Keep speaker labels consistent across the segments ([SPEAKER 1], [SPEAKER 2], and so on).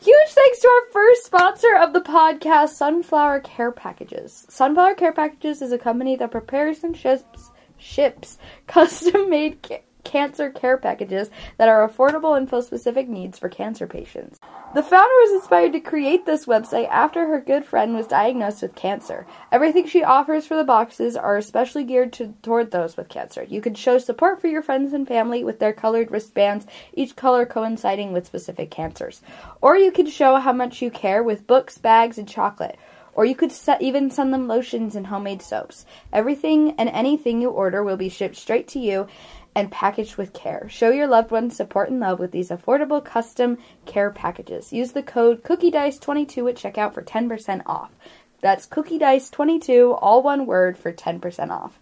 [SPEAKER 1] Huge thanks to our first sponsor of the podcast, Sunflower Care Packages. Sunflower Care Packages is a company that prepares and ships ships custom-made ca- cancer care packages that are affordable and fill specific needs for cancer patients. The founder was inspired to create this website after her good friend was diagnosed with cancer. Everything she offers for the boxes are especially geared to, toward those with cancer. You can show support for your friends and family with their colored wristbands, each color coinciding with specific cancers. Or you can show how much you care with books, bags, and chocolate. Or you could se- even send them lotions and homemade soaps. Everything and anything you order will be shipped straight to you and packaged with care. Show your loved ones support and love with these affordable custom care packages. Use the code CookieDice22 at checkout for 10% off. That's CookieDice22, all one word, for 10% off.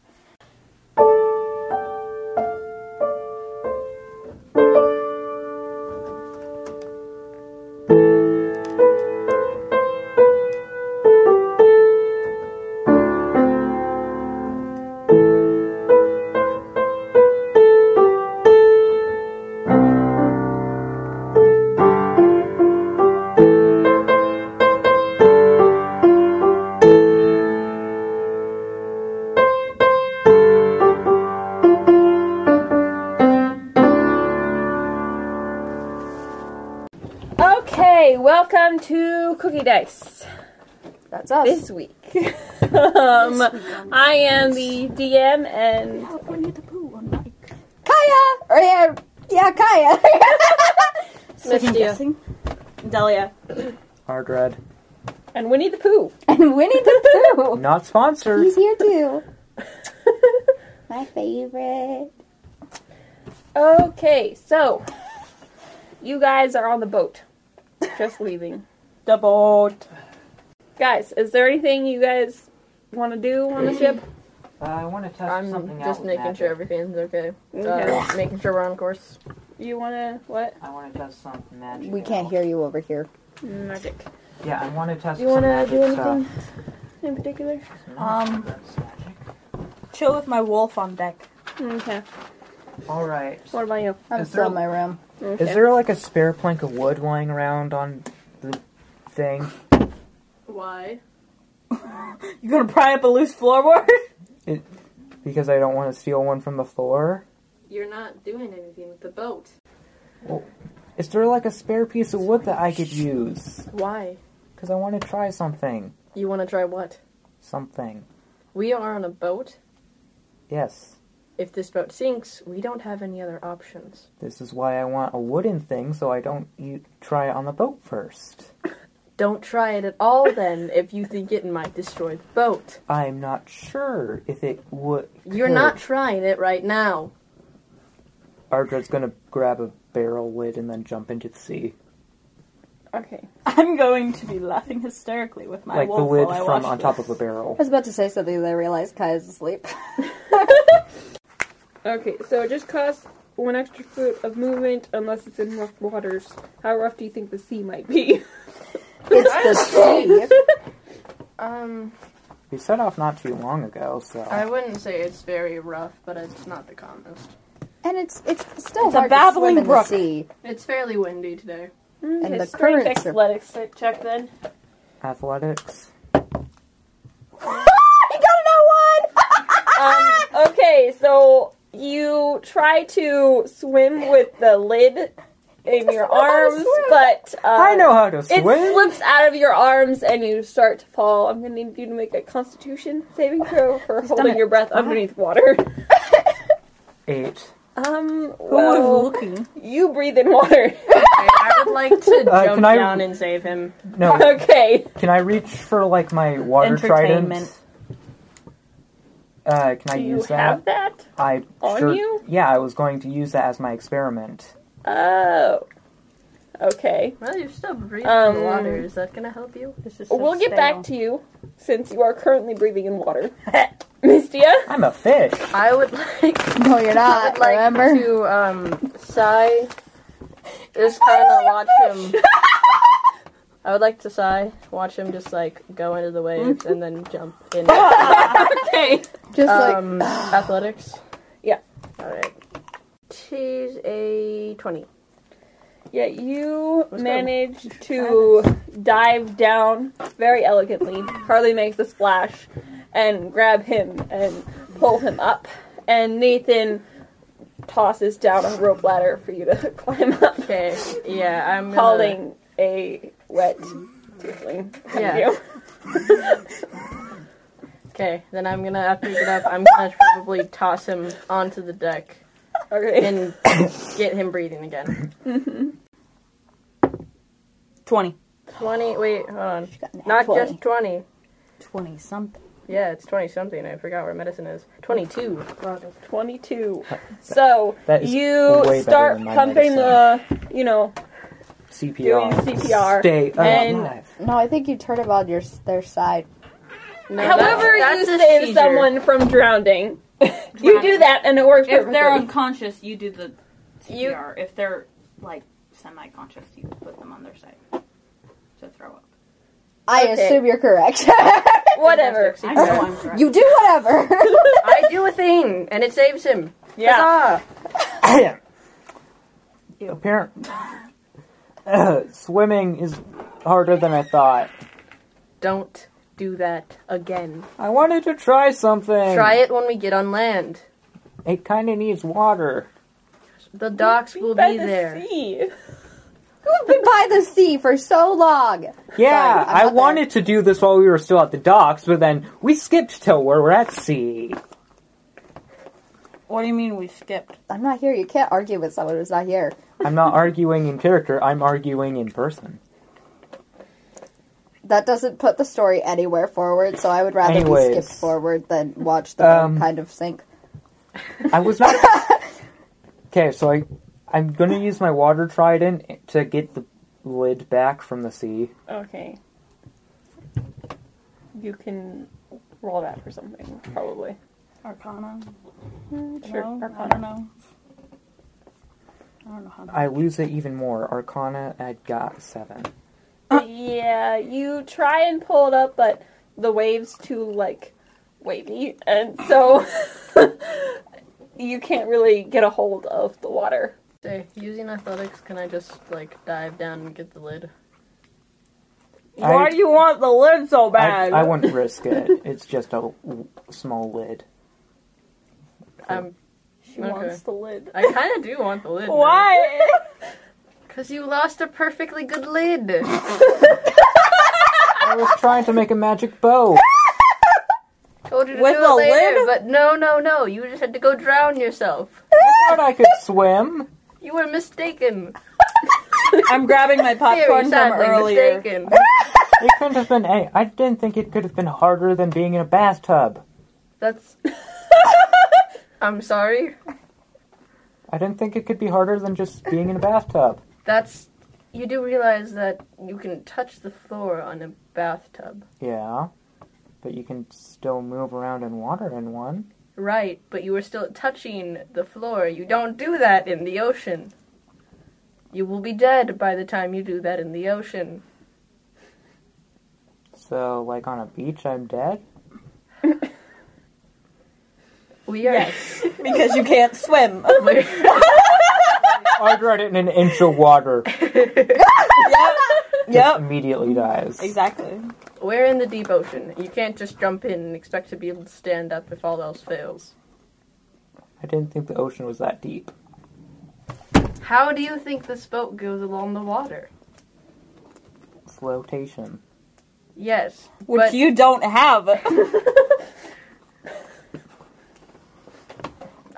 [SPEAKER 2] Okay, welcome to Cookie Dice
[SPEAKER 1] That's us.
[SPEAKER 2] this week. um, I am the DM and
[SPEAKER 1] California Taboo on mic. Kaya! Or yeah, yeah Kaya. Second
[SPEAKER 2] Missed you.
[SPEAKER 1] guessing.
[SPEAKER 2] Delia
[SPEAKER 3] Hard red.
[SPEAKER 2] and Winnie the Pooh.
[SPEAKER 1] And Winnie the Pooh.
[SPEAKER 3] Not sponsored.
[SPEAKER 1] He's here too. My favorite.
[SPEAKER 2] Okay, so you guys are on the boat, just leaving.
[SPEAKER 4] The boat.
[SPEAKER 2] Guys, is there anything you guys want to do on the ship?
[SPEAKER 3] Uh, I want to test
[SPEAKER 5] I'm
[SPEAKER 3] something out.
[SPEAKER 5] just
[SPEAKER 3] with
[SPEAKER 5] making
[SPEAKER 3] magic.
[SPEAKER 5] sure everything's okay.
[SPEAKER 2] Okay.
[SPEAKER 5] Uh, making sure we're on course.
[SPEAKER 2] You want to what?
[SPEAKER 3] I want to test some magic.
[SPEAKER 1] We
[SPEAKER 3] out.
[SPEAKER 1] can't hear you over here.
[SPEAKER 2] Magic.
[SPEAKER 3] Yeah, I want to test
[SPEAKER 2] Do you
[SPEAKER 3] some
[SPEAKER 2] want to
[SPEAKER 3] magic
[SPEAKER 2] do anything
[SPEAKER 3] stuff.
[SPEAKER 2] in particular?
[SPEAKER 4] Um,
[SPEAKER 3] That's magic.
[SPEAKER 4] Chill with my wolf on deck.
[SPEAKER 2] Okay.
[SPEAKER 3] All right.
[SPEAKER 2] What about you?
[SPEAKER 1] I'm
[SPEAKER 3] Is
[SPEAKER 1] still
[SPEAKER 3] there-
[SPEAKER 1] in my room.
[SPEAKER 2] Okay.
[SPEAKER 3] Is there like a spare plank of wood lying around on the thing?
[SPEAKER 5] Why?
[SPEAKER 4] You gonna pry up a loose floorboard?
[SPEAKER 3] Because I don't want to steal one from the floor.
[SPEAKER 5] You're not doing anything with the boat.
[SPEAKER 3] Is there like a spare piece of wood that I could use?
[SPEAKER 5] Why?
[SPEAKER 3] Because I want to try something.
[SPEAKER 5] You want to try what?
[SPEAKER 3] Something.
[SPEAKER 5] We are on a boat.
[SPEAKER 3] Yes.
[SPEAKER 5] If this boat sinks, we don't have any other options.
[SPEAKER 3] This is why I want a wooden thing so I don't you try it on the boat first.
[SPEAKER 5] Don't try it at all then if you think it might destroy the boat.
[SPEAKER 3] I'm not sure if it would.
[SPEAKER 5] You're
[SPEAKER 3] could.
[SPEAKER 5] not trying it right now.
[SPEAKER 3] Ardra's gonna grab a barrel lid and then jump into the sea,
[SPEAKER 2] Okay.
[SPEAKER 4] I'm going to be laughing hysterically with my
[SPEAKER 3] like the
[SPEAKER 4] wolf
[SPEAKER 3] lid
[SPEAKER 4] while I
[SPEAKER 3] from
[SPEAKER 4] watch
[SPEAKER 3] on
[SPEAKER 4] this.
[SPEAKER 3] top of a barrel.
[SPEAKER 1] I was about to say something, then I realized Kaya's asleep.
[SPEAKER 2] Okay, so it just costs one extra foot of movement unless it's in rough waters. How rough do you think the sea might be?
[SPEAKER 1] it's the sea.
[SPEAKER 5] Um,
[SPEAKER 3] We set off not too long ago, so
[SPEAKER 5] wouldn't say it's very rough, but it's not the calmest.
[SPEAKER 1] And it's it's still
[SPEAKER 4] It's a
[SPEAKER 1] hard to swim
[SPEAKER 4] babbling
[SPEAKER 1] in the
[SPEAKER 4] brook.
[SPEAKER 1] sea.
[SPEAKER 5] It's fairly windy today.
[SPEAKER 1] And the
[SPEAKER 2] strength
[SPEAKER 1] currents are-
[SPEAKER 2] Mm, athletics check then.
[SPEAKER 3] athletics.
[SPEAKER 1] he got an
[SPEAKER 2] Um, okay, so you try to swim with the lid in your
[SPEAKER 1] know how to
[SPEAKER 2] arms,
[SPEAKER 1] swim.
[SPEAKER 2] but uh,
[SPEAKER 3] I know how to
[SPEAKER 2] it
[SPEAKER 3] swim.
[SPEAKER 2] slips out of your arms and you start to fall. I'm gonna need you to make a Constitution saving throw for holding
[SPEAKER 4] it.
[SPEAKER 2] your breath underneath water.
[SPEAKER 3] Eight.
[SPEAKER 2] Um,
[SPEAKER 4] Who was
[SPEAKER 2] well,
[SPEAKER 4] looking?
[SPEAKER 2] you breathe in water.
[SPEAKER 5] I would like to
[SPEAKER 3] Uh, jump can I- down
[SPEAKER 5] and save him.
[SPEAKER 3] No,
[SPEAKER 2] okay.
[SPEAKER 3] can I reach for like my water trident?
[SPEAKER 4] Entertainment.
[SPEAKER 3] Uh, can I
[SPEAKER 2] Do you
[SPEAKER 3] use
[SPEAKER 2] have
[SPEAKER 3] that?
[SPEAKER 2] that?
[SPEAKER 3] I
[SPEAKER 2] on
[SPEAKER 3] sure.
[SPEAKER 2] you?
[SPEAKER 3] Yeah, I was going to use that as my experiment.
[SPEAKER 2] Oh. Okay.
[SPEAKER 5] Well, you're still breathing
[SPEAKER 2] Um,
[SPEAKER 5] the water. Is that gonna help you? This is
[SPEAKER 2] we'll get back to you since you are currently breathing in water. Mistia?
[SPEAKER 3] I'm a fish.
[SPEAKER 5] I would like.
[SPEAKER 1] a one! no, you're
[SPEAKER 5] I
[SPEAKER 1] not.
[SPEAKER 5] would Uh, like
[SPEAKER 1] remember?
[SPEAKER 5] to um. Sigh. Just kind of watch him. I would like to sigh, watch him just like go into the waves and then jump in.
[SPEAKER 2] Okay.
[SPEAKER 1] Just
[SPEAKER 5] um, athletics.
[SPEAKER 2] Yeah.
[SPEAKER 5] All right. She's a twenty.
[SPEAKER 2] Yeah, you
[SPEAKER 5] Let's go.
[SPEAKER 2] manage to dive down very elegantly. Harley makes a splash and grab him and pull him up. And Nathan tosses down a rope ladder for you to climb up,
[SPEAKER 5] Okay. Yeah, I'm gonna-
[SPEAKER 2] holding a wet tiefling.
[SPEAKER 5] Yeah.
[SPEAKER 2] Yeah.
[SPEAKER 5] Okay, then I'm gonna after we get up, I'm gonna probably toss him onto the deck
[SPEAKER 2] Okay.
[SPEAKER 5] and get him breathing again.
[SPEAKER 4] 20.
[SPEAKER 5] Twenty. Wait, hold on.
[SPEAKER 4] She got an
[SPEAKER 5] Not
[SPEAKER 4] 20.
[SPEAKER 5] just twenty.
[SPEAKER 4] 20 something.
[SPEAKER 5] Yeah, it's twenty something. I forgot where medicine is. Twenty-two.
[SPEAKER 2] 22. So
[SPEAKER 3] That is way
[SPEAKER 2] you
[SPEAKER 3] better
[SPEAKER 2] start
[SPEAKER 3] than my
[SPEAKER 2] pumping the, you know,
[SPEAKER 3] CPR.
[SPEAKER 2] Doing CPR.
[SPEAKER 3] Stay
[SPEAKER 2] And-
[SPEAKER 3] alive.
[SPEAKER 1] No, I think you turn him on your s- their side.
[SPEAKER 5] No,
[SPEAKER 2] However,
[SPEAKER 5] that's-
[SPEAKER 2] you
[SPEAKER 5] that's a
[SPEAKER 2] save
[SPEAKER 5] seizure.
[SPEAKER 2] someone from drowning. you do that, and it works.
[SPEAKER 6] If
[SPEAKER 2] perfectly.
[SPEAKER 6] they're unconscious, you do the
[SPEAKER 5] You-
[SPEAKER 6] CPR. If they're like semi-conscious, you put them on their side to throw up.
[SPEAKER 1] I
[SPEAKER 2] Okay.
[SPEAKER 1] assume you're correct.
[SPEAKER 2] whatever.
[SPEAKER 6] I know I'm correct.
[SPEAKER 1] you do whatever.
[SPEAKER 5] I do a thing, and it saves him.
[SPEAKER 2] Yeah.
[SPEAKER 5] Huzzah!
[SPEAKER 3] Apparent. swimming is harder than I thought.
[SPEAKER 5] Don't do that again.
[SPEAKER 3] I wanted to try something.
[SPEAKER 5] Try it when we get on land.
[SPEAKER 3] It kind of needs water.
[SPEAKER 5] The docks will
[SPEAKER 2] By
[SPEAKER 5] be
[SPEAKER 2] the
[SPEAKER 5] there.
[SPEAKER 2] sea.
[SPEAKER 1] We've been by the sea for so long.
[SPEAKER 3] Yeah,
[SPEAKER 1] Sorry, I'm
[SPEAKER 3] I
[SPEAKER 1] not
[SPEAKER 3] wanted to do this while we were still at the docks, but then we skipped till we're at sea.
[SPEAKER 4] What do you mean we skipped?
[SPEAKER 1] I'm not here. You can't argue with someone who's not here.
[SPEAKER 3] I'm not arguing in character, I'm arguing in person.
[SPEAKER 1] That doesn't put the story anywhere forward, so I would rather be
[SPEAKER 3] Anyways.
[SPEAKER 1] skipped forward than watch the boat
[SPEAKER 3] Um,
[SPEAKER 1] kind of sink.
[SPEAKER 3] I was not. okay, so I, I'm gonna use my water trident to get the lid back from the sea.
[SPEAKER 2] Okay. You can roll that for something, probably.
[SPEAKER 4] Arcana?
[SPEAKER 2] Sure.
[SPEAKER 4] No, I
[SPEAKER 2] Arcana.
[SPEAKER 4] don't know. I don't know how to.
[SPEAKER 3] I lose it even more. Arcana, I got seven.
[SPEAKER 4] Uh.
[SPEAKER 2] Yeah, you try and pull it up, but the waves too like wavy, and so you can't really get a hold of the water.
[SPEAKER 5] Say, using athletics, can I just like dive down and get the lid?
[SPEAKER 4] Why
[SPEAKER 3] I-
[SPEAKER 4] do you want the lid so bad?
[SPEAKER 3] I, I wouldn't risk it. It's just a w- small lid.
[SPEAKER 5] Um,
[SPEAKER 2] She
[SPEAKER 5] Okay.
[SPEAKER 2] wants the lid.
[SPEAKER 5] I kind of do want the lid. now.
[SPEAKER 4] Why?
[SPEAKER 5] Because you lost a perfectly good lid.
[SPEAKER 3] I was trying to make a magic bow.
[SPEAKER 5] Told you to
[SPEAKER 4] With
[SPEAKER 5] do it
[SPEAKER 4] a
[SPEAKER 5] later,
[SPEAKER 4] lid?
[SPEAKER 5] but no, no, no. You just had to go drown yourself.
[SPEAKER 3] I thought I could swim.
[SPEAKER 5] You were mistaken.
[SPEAKER 4] I'm grabbing my popcorn
[SPEAKER 5] Very
[SPEAKER 4] from
[SPEAKER 5] sadly
[SPEAKER 4] earlier.
[SPEAKER 5] mistaken.
[SPEAKER 3] It couldn't have been. a- I didn't think it could have been harder than being in a bathtub.
[SPEAKER 5] That's. I'm sorry.
[SPEAKER 3] I didn't think it could be harder than just being in a bathtub.
[SPEAKER 5] That's. You do realize that you can touch the floor on a bathtub.
[SPEAKER 3] Yeah, but you can still move around in water in one.
[SPEAKER 5] Right, but you were still touching the floor. You don't do that in the ocean. You will be dead by the time you do that in the ocean.
[SPEAKER 3] So, like on a beach, I'm dead.
[SPEAKER 5] We are.
[SPEAKER 4] Because you can't swim.
[SPEAKER 3] I drowned in an inch of water.
[SPEAKER 4] yep.
[SPEAKER 3] Just
[SPEAKER 4] Yep.
[SPEAKER 3] immediately dies.
[SPEAKER 4] Exactly.
[SPEAKER 5] We're in the deep ocean. You can't just jump in and expect to be able to stand up if all else fails.
[SPEAKER 3] I didn't think the ocean was that deep.
[SPEAKER 5] How do you think this boat goes along the water?
[SPEAKER 3] Flotation.
[SPEAKER 5] Yes,
[SPEAKER 4] Which
[SPEAKER 5] but
[SPEAKER 4] you don't have.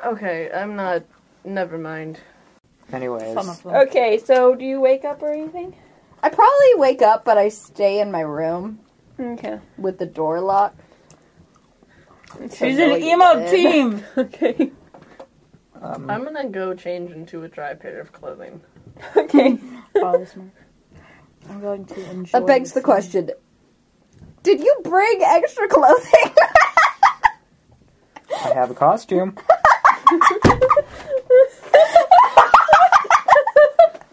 [SPEAKER 5] okay, I'm not. Never mind.
[SPEAKER 3] Anyways,
[SPEAKER 4] Some of them.
[SPEAKER 2] Okay, so do you wake up or anything?
[SPEAKER 1] I probably wake up, but I stay in my room
[SPEAKER 2] Okay.
[SPEAKER 1] with the door locked.
[SPEAKER 4] She's
[SPEAKER 1] So
[SPEAKER 4] an
[SPEAKER 1] no, you
[SPEAKER 4] emo
[SPEAKER 1] didn't.
[SPEAKER 4] team.
[SPEAKER 2] Okay.
[SPEAKER 4] Hmm.
[SPEAKER 3] um,
[SPEAKER 5] I'm gonna go change into a dry pair of clothing.
[SPEAKER 2] Okay.
[SPEAKER 4] I'm going to enjoy.
[SPEAKER 1] That begs the question: Did you bring extra clothing?
[SPEAKER 3] I have a costume.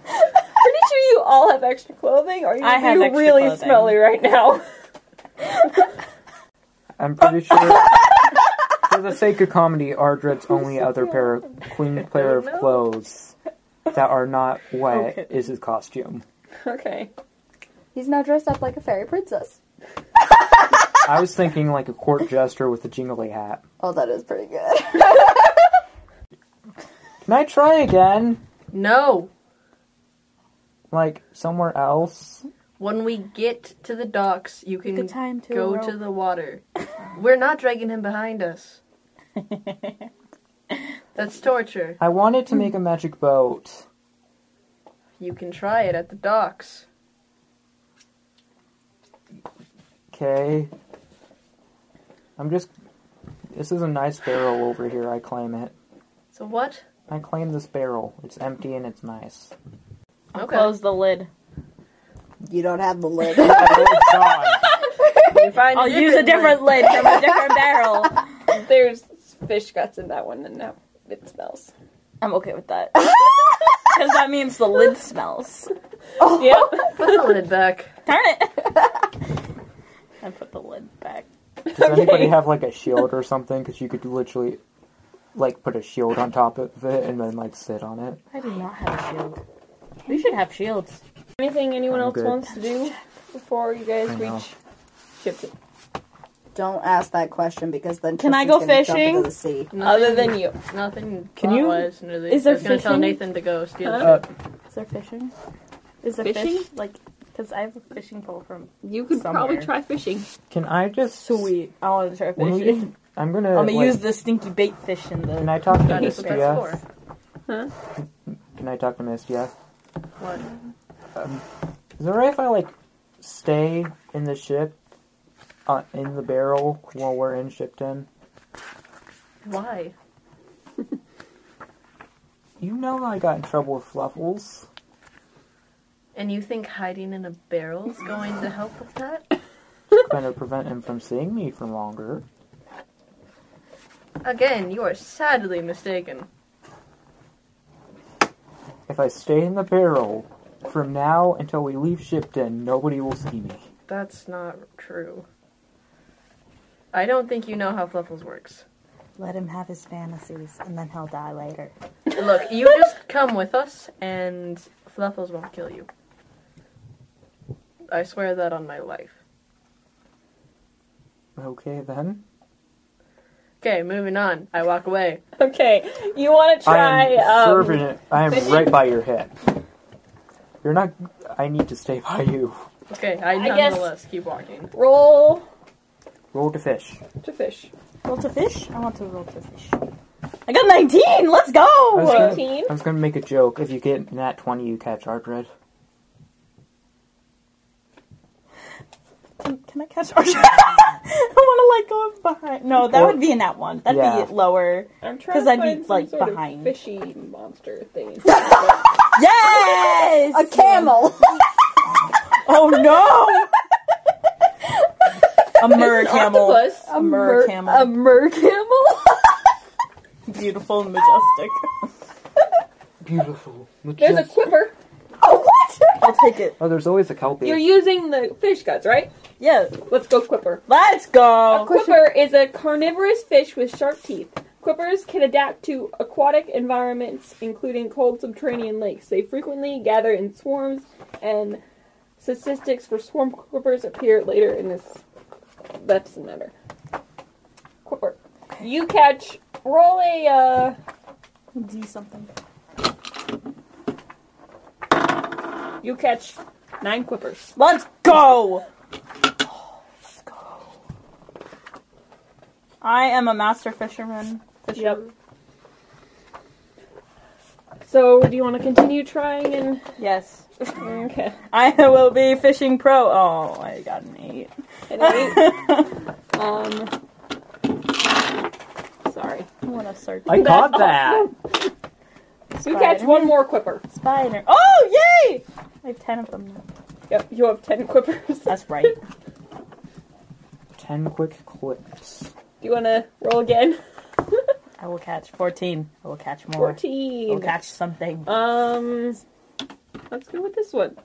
[SPEAKER 2] Pretty sure you all have extra clothing, or you,
[SPEAKER 4] I have
[SPEAKER 2] you
[SPEAKER 4] extra
[SPEAKER 2] really
[SPEAKER 4] clothing.
[SPEAKER 2] smelly right now.
[SPEAKER 3] I'm pretty sure. For the sake of comedy, Ardred's only other pair, of, clean pair of
[SPEAKER 5] No.
[SPEAKER 3] clothes that are not wet
[SPEAKER 4] Okay.
[SPEAKER 3] is his costume.
[SPEAKER 2] Okay.
[SPEAKER 1] He's now dressed up like a fairy princess.
[SPEAKER 3] I was thinking like a court jester with a jingly hat.
[SPEAKER 1] Oh, that is pretty good.
[SPEAKER 3] Can I try again?
[SPEAKER 5] No.
[SPEAKER 3] Like somewhere else?
[SPEAKER 5] When we get to the docks, you can
[SPEAKER 4] Good time to
[SPEAKER 5] go to the water. We're not dragging him behind us. That's torture.
[SPEAKER 3] I wanted to make a magic boat.
[SPEAKER 5] You can try it at the docks.
[SPEAKER 3] Okay. I'm just. This is a nice barrel over here. I claim it.
[SPEAKER 5] So what?
[SPEAKER 3] I claim this barrel. It's empty and it's nice.
[SPEAKER 5] Okay.
[SPEAKER 4] Close the lid.
[SPEAKER 1] you don't have the lid.
[SPEAKER 3] Oh, God.
[SPEAKER 5] You find
[SPEAKER 4] I'll use a different lid from a different barrel.
[SPEAKER 2] There's fish guts in that one, and now it smells.
[SPEAKER 4] I'm okay with that. Because that means the lid smells.
[SPEAKER 2] Yep.
[SPEAKER 5] one. Put the lid back.
[SPEAKER 4] Darn it! I put the lid back.
[SPEAKER 3] Does anybody have like a shield or something? Because you could literally, like, put a shield on top of it and then like sit on it.
[SPEAKER 4] I do not have a shield. We should have shields.
[SPEAKER 2] Anything anyone
[SPEAKER 3] I'm
[SPEAKER 2] else
[SPEAKER 3] good.
[SPEAKER 2] wants to do before you guys
[SPEAKER 3] I know.
[SPEAKER 2] reach ship?
[SPEAKER 1] don't ask that question because then
[SPEAKER 4] Can I
[SPEAKER 1] Tristan's
[SPEAKER 4] go
[SPEAKER 1] gonna jump
[SPEAKER 4] fishing?
[SPEAKER 1] into the sea.
[SPEAKER 2] Other than you,
[SPEAKER 5] Nothing.
[SPEAKER 3] Can you-
[SPEAKER 5] plot-wise into the-
[SPEAKER 4] Is there
[SPEAKER 5] I was gonna tell
[SPEAKER 4] fishing?
[SPEAKER 5] Nathan to go steal.
[SPEAKER 2] Huh?
[SPEAKER 5] it.
[SPEAKER 4] Is there fishing? Is there
[SPEAKER 2] Fishing?
[SPEAKER 4] fish? Like, because I have a fishing pole from.
[SPEAKER 2] you could
[SPEAKER 4] Somewhere.
[SPEAKER 2] probably try fishing.
[SPEAKER 3] Can I just?
[SPEAKER 4] I want to try
[SPEAKER 3] When we get, I'm gonna.
[SPEAKER 4] I'm gonna
[SPEAKER 3] like,
[SPEAKER 4] use the stinky bait fish in
[SPEAKER 3] Can
[SPEAKER 4] the.
[SPEAKER 3] I talk to
[SPEAKER 5] That is what that's
[SPEAKER 3] Mistia?
[SPEAKER 5] for.
[SPEAKER 3] Can I talk to Mistia?
[SPEAKER 5] What?
[SPEAKER 3] Is it alright if I like stay in the ship, uh, in the barrel while we're in Shipton?
[SPEAKER 5] Why?
[SPEAKER 3] You know I got in trouble with Fluffles.
[SPEAKER 5] And you think hiding in a barrel is going to help with that?
[SPEAKER 3] Trying to prevent him from seeing me for longer.
[SPEAKER 5] Again, you are sadly mistaken.
[SPEAKER 3] If I stay in the barrel from now until we leave Shipton, nobody will see me.
[SPEAKER 5] That's not true. I don't think you know how Fluffles works.
[SPEAKER 4] Let him have his fantasies, and then he'll die later.
[SPEAKER 5] Look, you just come with us, and Fluffles won't kill you. I swear that on my life.
[SPEAKER 3] Okay then.
[SPEAKER 5] Okay, moving on. I walk away.
[SPEAKER 2] Okay, you want to
[SPEAKER 3] I
[SPEAKER 2] try?
[SPEAKER 3] am
[SPEAKER 2] Um,
[SPEAKER 3] fervent- I am right by your hip. You're not. I need to stay by you.
[SPEAKER 5] Okay, I,
[SPEAKER 2] I guess-
[SPEAKER 5] nonetheless keep walking.
[SPEAKER 2] roll
[SPEAKER 3] Roll to fish.
[SPEAKER 2] to fish.
[SPEAKER 4] Roll to fish? I want to roll to fish. I got 19! Let's
[SPEAKER 3] I was,
[SPEAKER 4] go!
[SPEAKER 3] gonna,
[SPEAKER 2] 18?
[SPEAKER 3] I was gonna make a joke. If you get nat 20, you catch Artred.
[SPEAKER 4] Can, can I catch Archer? I want to let go of behind. No, that
[SPEAKER 3] Or-
[SPEAKER 4] would be in that one. That'd
[SPEAKER 3] Yeah.
[SPEAKER 4] be lower.
[SPEAKER 2] I'm trying
[SPEAKER 4] 'Cause
[SPEAKER 2] to
[SPEAKER 4] I'd be,
[SPEAKER 2] find some
[SPEAKER 4] like,
[SPEAKER 2] sort of
[SPEAKER 4] behind.
[SPEAKER 2] fishy monster thing.
[SPEAKER 4] Yes!
[SPEAKER 1] A camel.
[SPEAKER 4] Oh no! A mer camel.
[SPEAKER 2] Octopus.
[SPEAKER 4] A mer camel.
[SPEAKER 1] A mer camel.
[SPEAKER 4] Beautiful and majestic.
[SPEAKER 3] Beautiful.
[SPEAKER 2] There's a quipper.
[SPEAKER 1] oh what?
[SPEAKER 4] I'll take it.
[SPEAKER 3] oh, there's always a kelpie.
[SPEAKER 2] You're using the fish guts, right?
[SPEAKER 4] Yeah,
[SPEAKER 2] Let's go quipper.
[SPEAKER 4] let's
[SPEAKER 2] A
[SPEAKER 4] go!
[SPEAKER 2] quipper is a carnivorous fish with sharp teeth. Quippers can adapt to aquatic environments, including cold subterranean lakes. They frequently gather in swarms, and statistics for swarm quippers appear later in this. That doesn't matter. Quipper. You catch. Roll a. Uh,
[SPEAKER 4] Do something.
[SPEAKER 2] you catch nine quippers.
[SPEAKER 4] Let's go! Let's go. I am a master fisherman. Fisher.
[SPEAKER 2] Yep. So, do you want to continue trying and.
[SPEAKER 4] Yes.
[SPEAKER 2] Okay.
[SPEAKER 4] I will be fishing pro. Oh, I got an eight.
[SPEAKER 2] And eight.
[SPEAKER 4] I
[SPEAKER 2] Um. Sorry.
[SPEAKER 4] want to search.
[SPEAKER 3] I caught that.
[SPEAKER 2] You catch one more quipper.
[SPEAKER 4] Spider. Oh, yay! I have ten of them now.
[SPEAKER 2] Yep, you have ten quippers.
[SPEAKER 4] That's right.
[SPEAKER 3] Ten quick clips.
[SPEAKER 2] You wanna roll again?
[SPEAKER 4] I will catch 14. I will catch more. I
[SPEAKER 2] Fourteen.
[SPEAKER 4] will catch something.
[SPEAKER 2] Um, let's go with this one.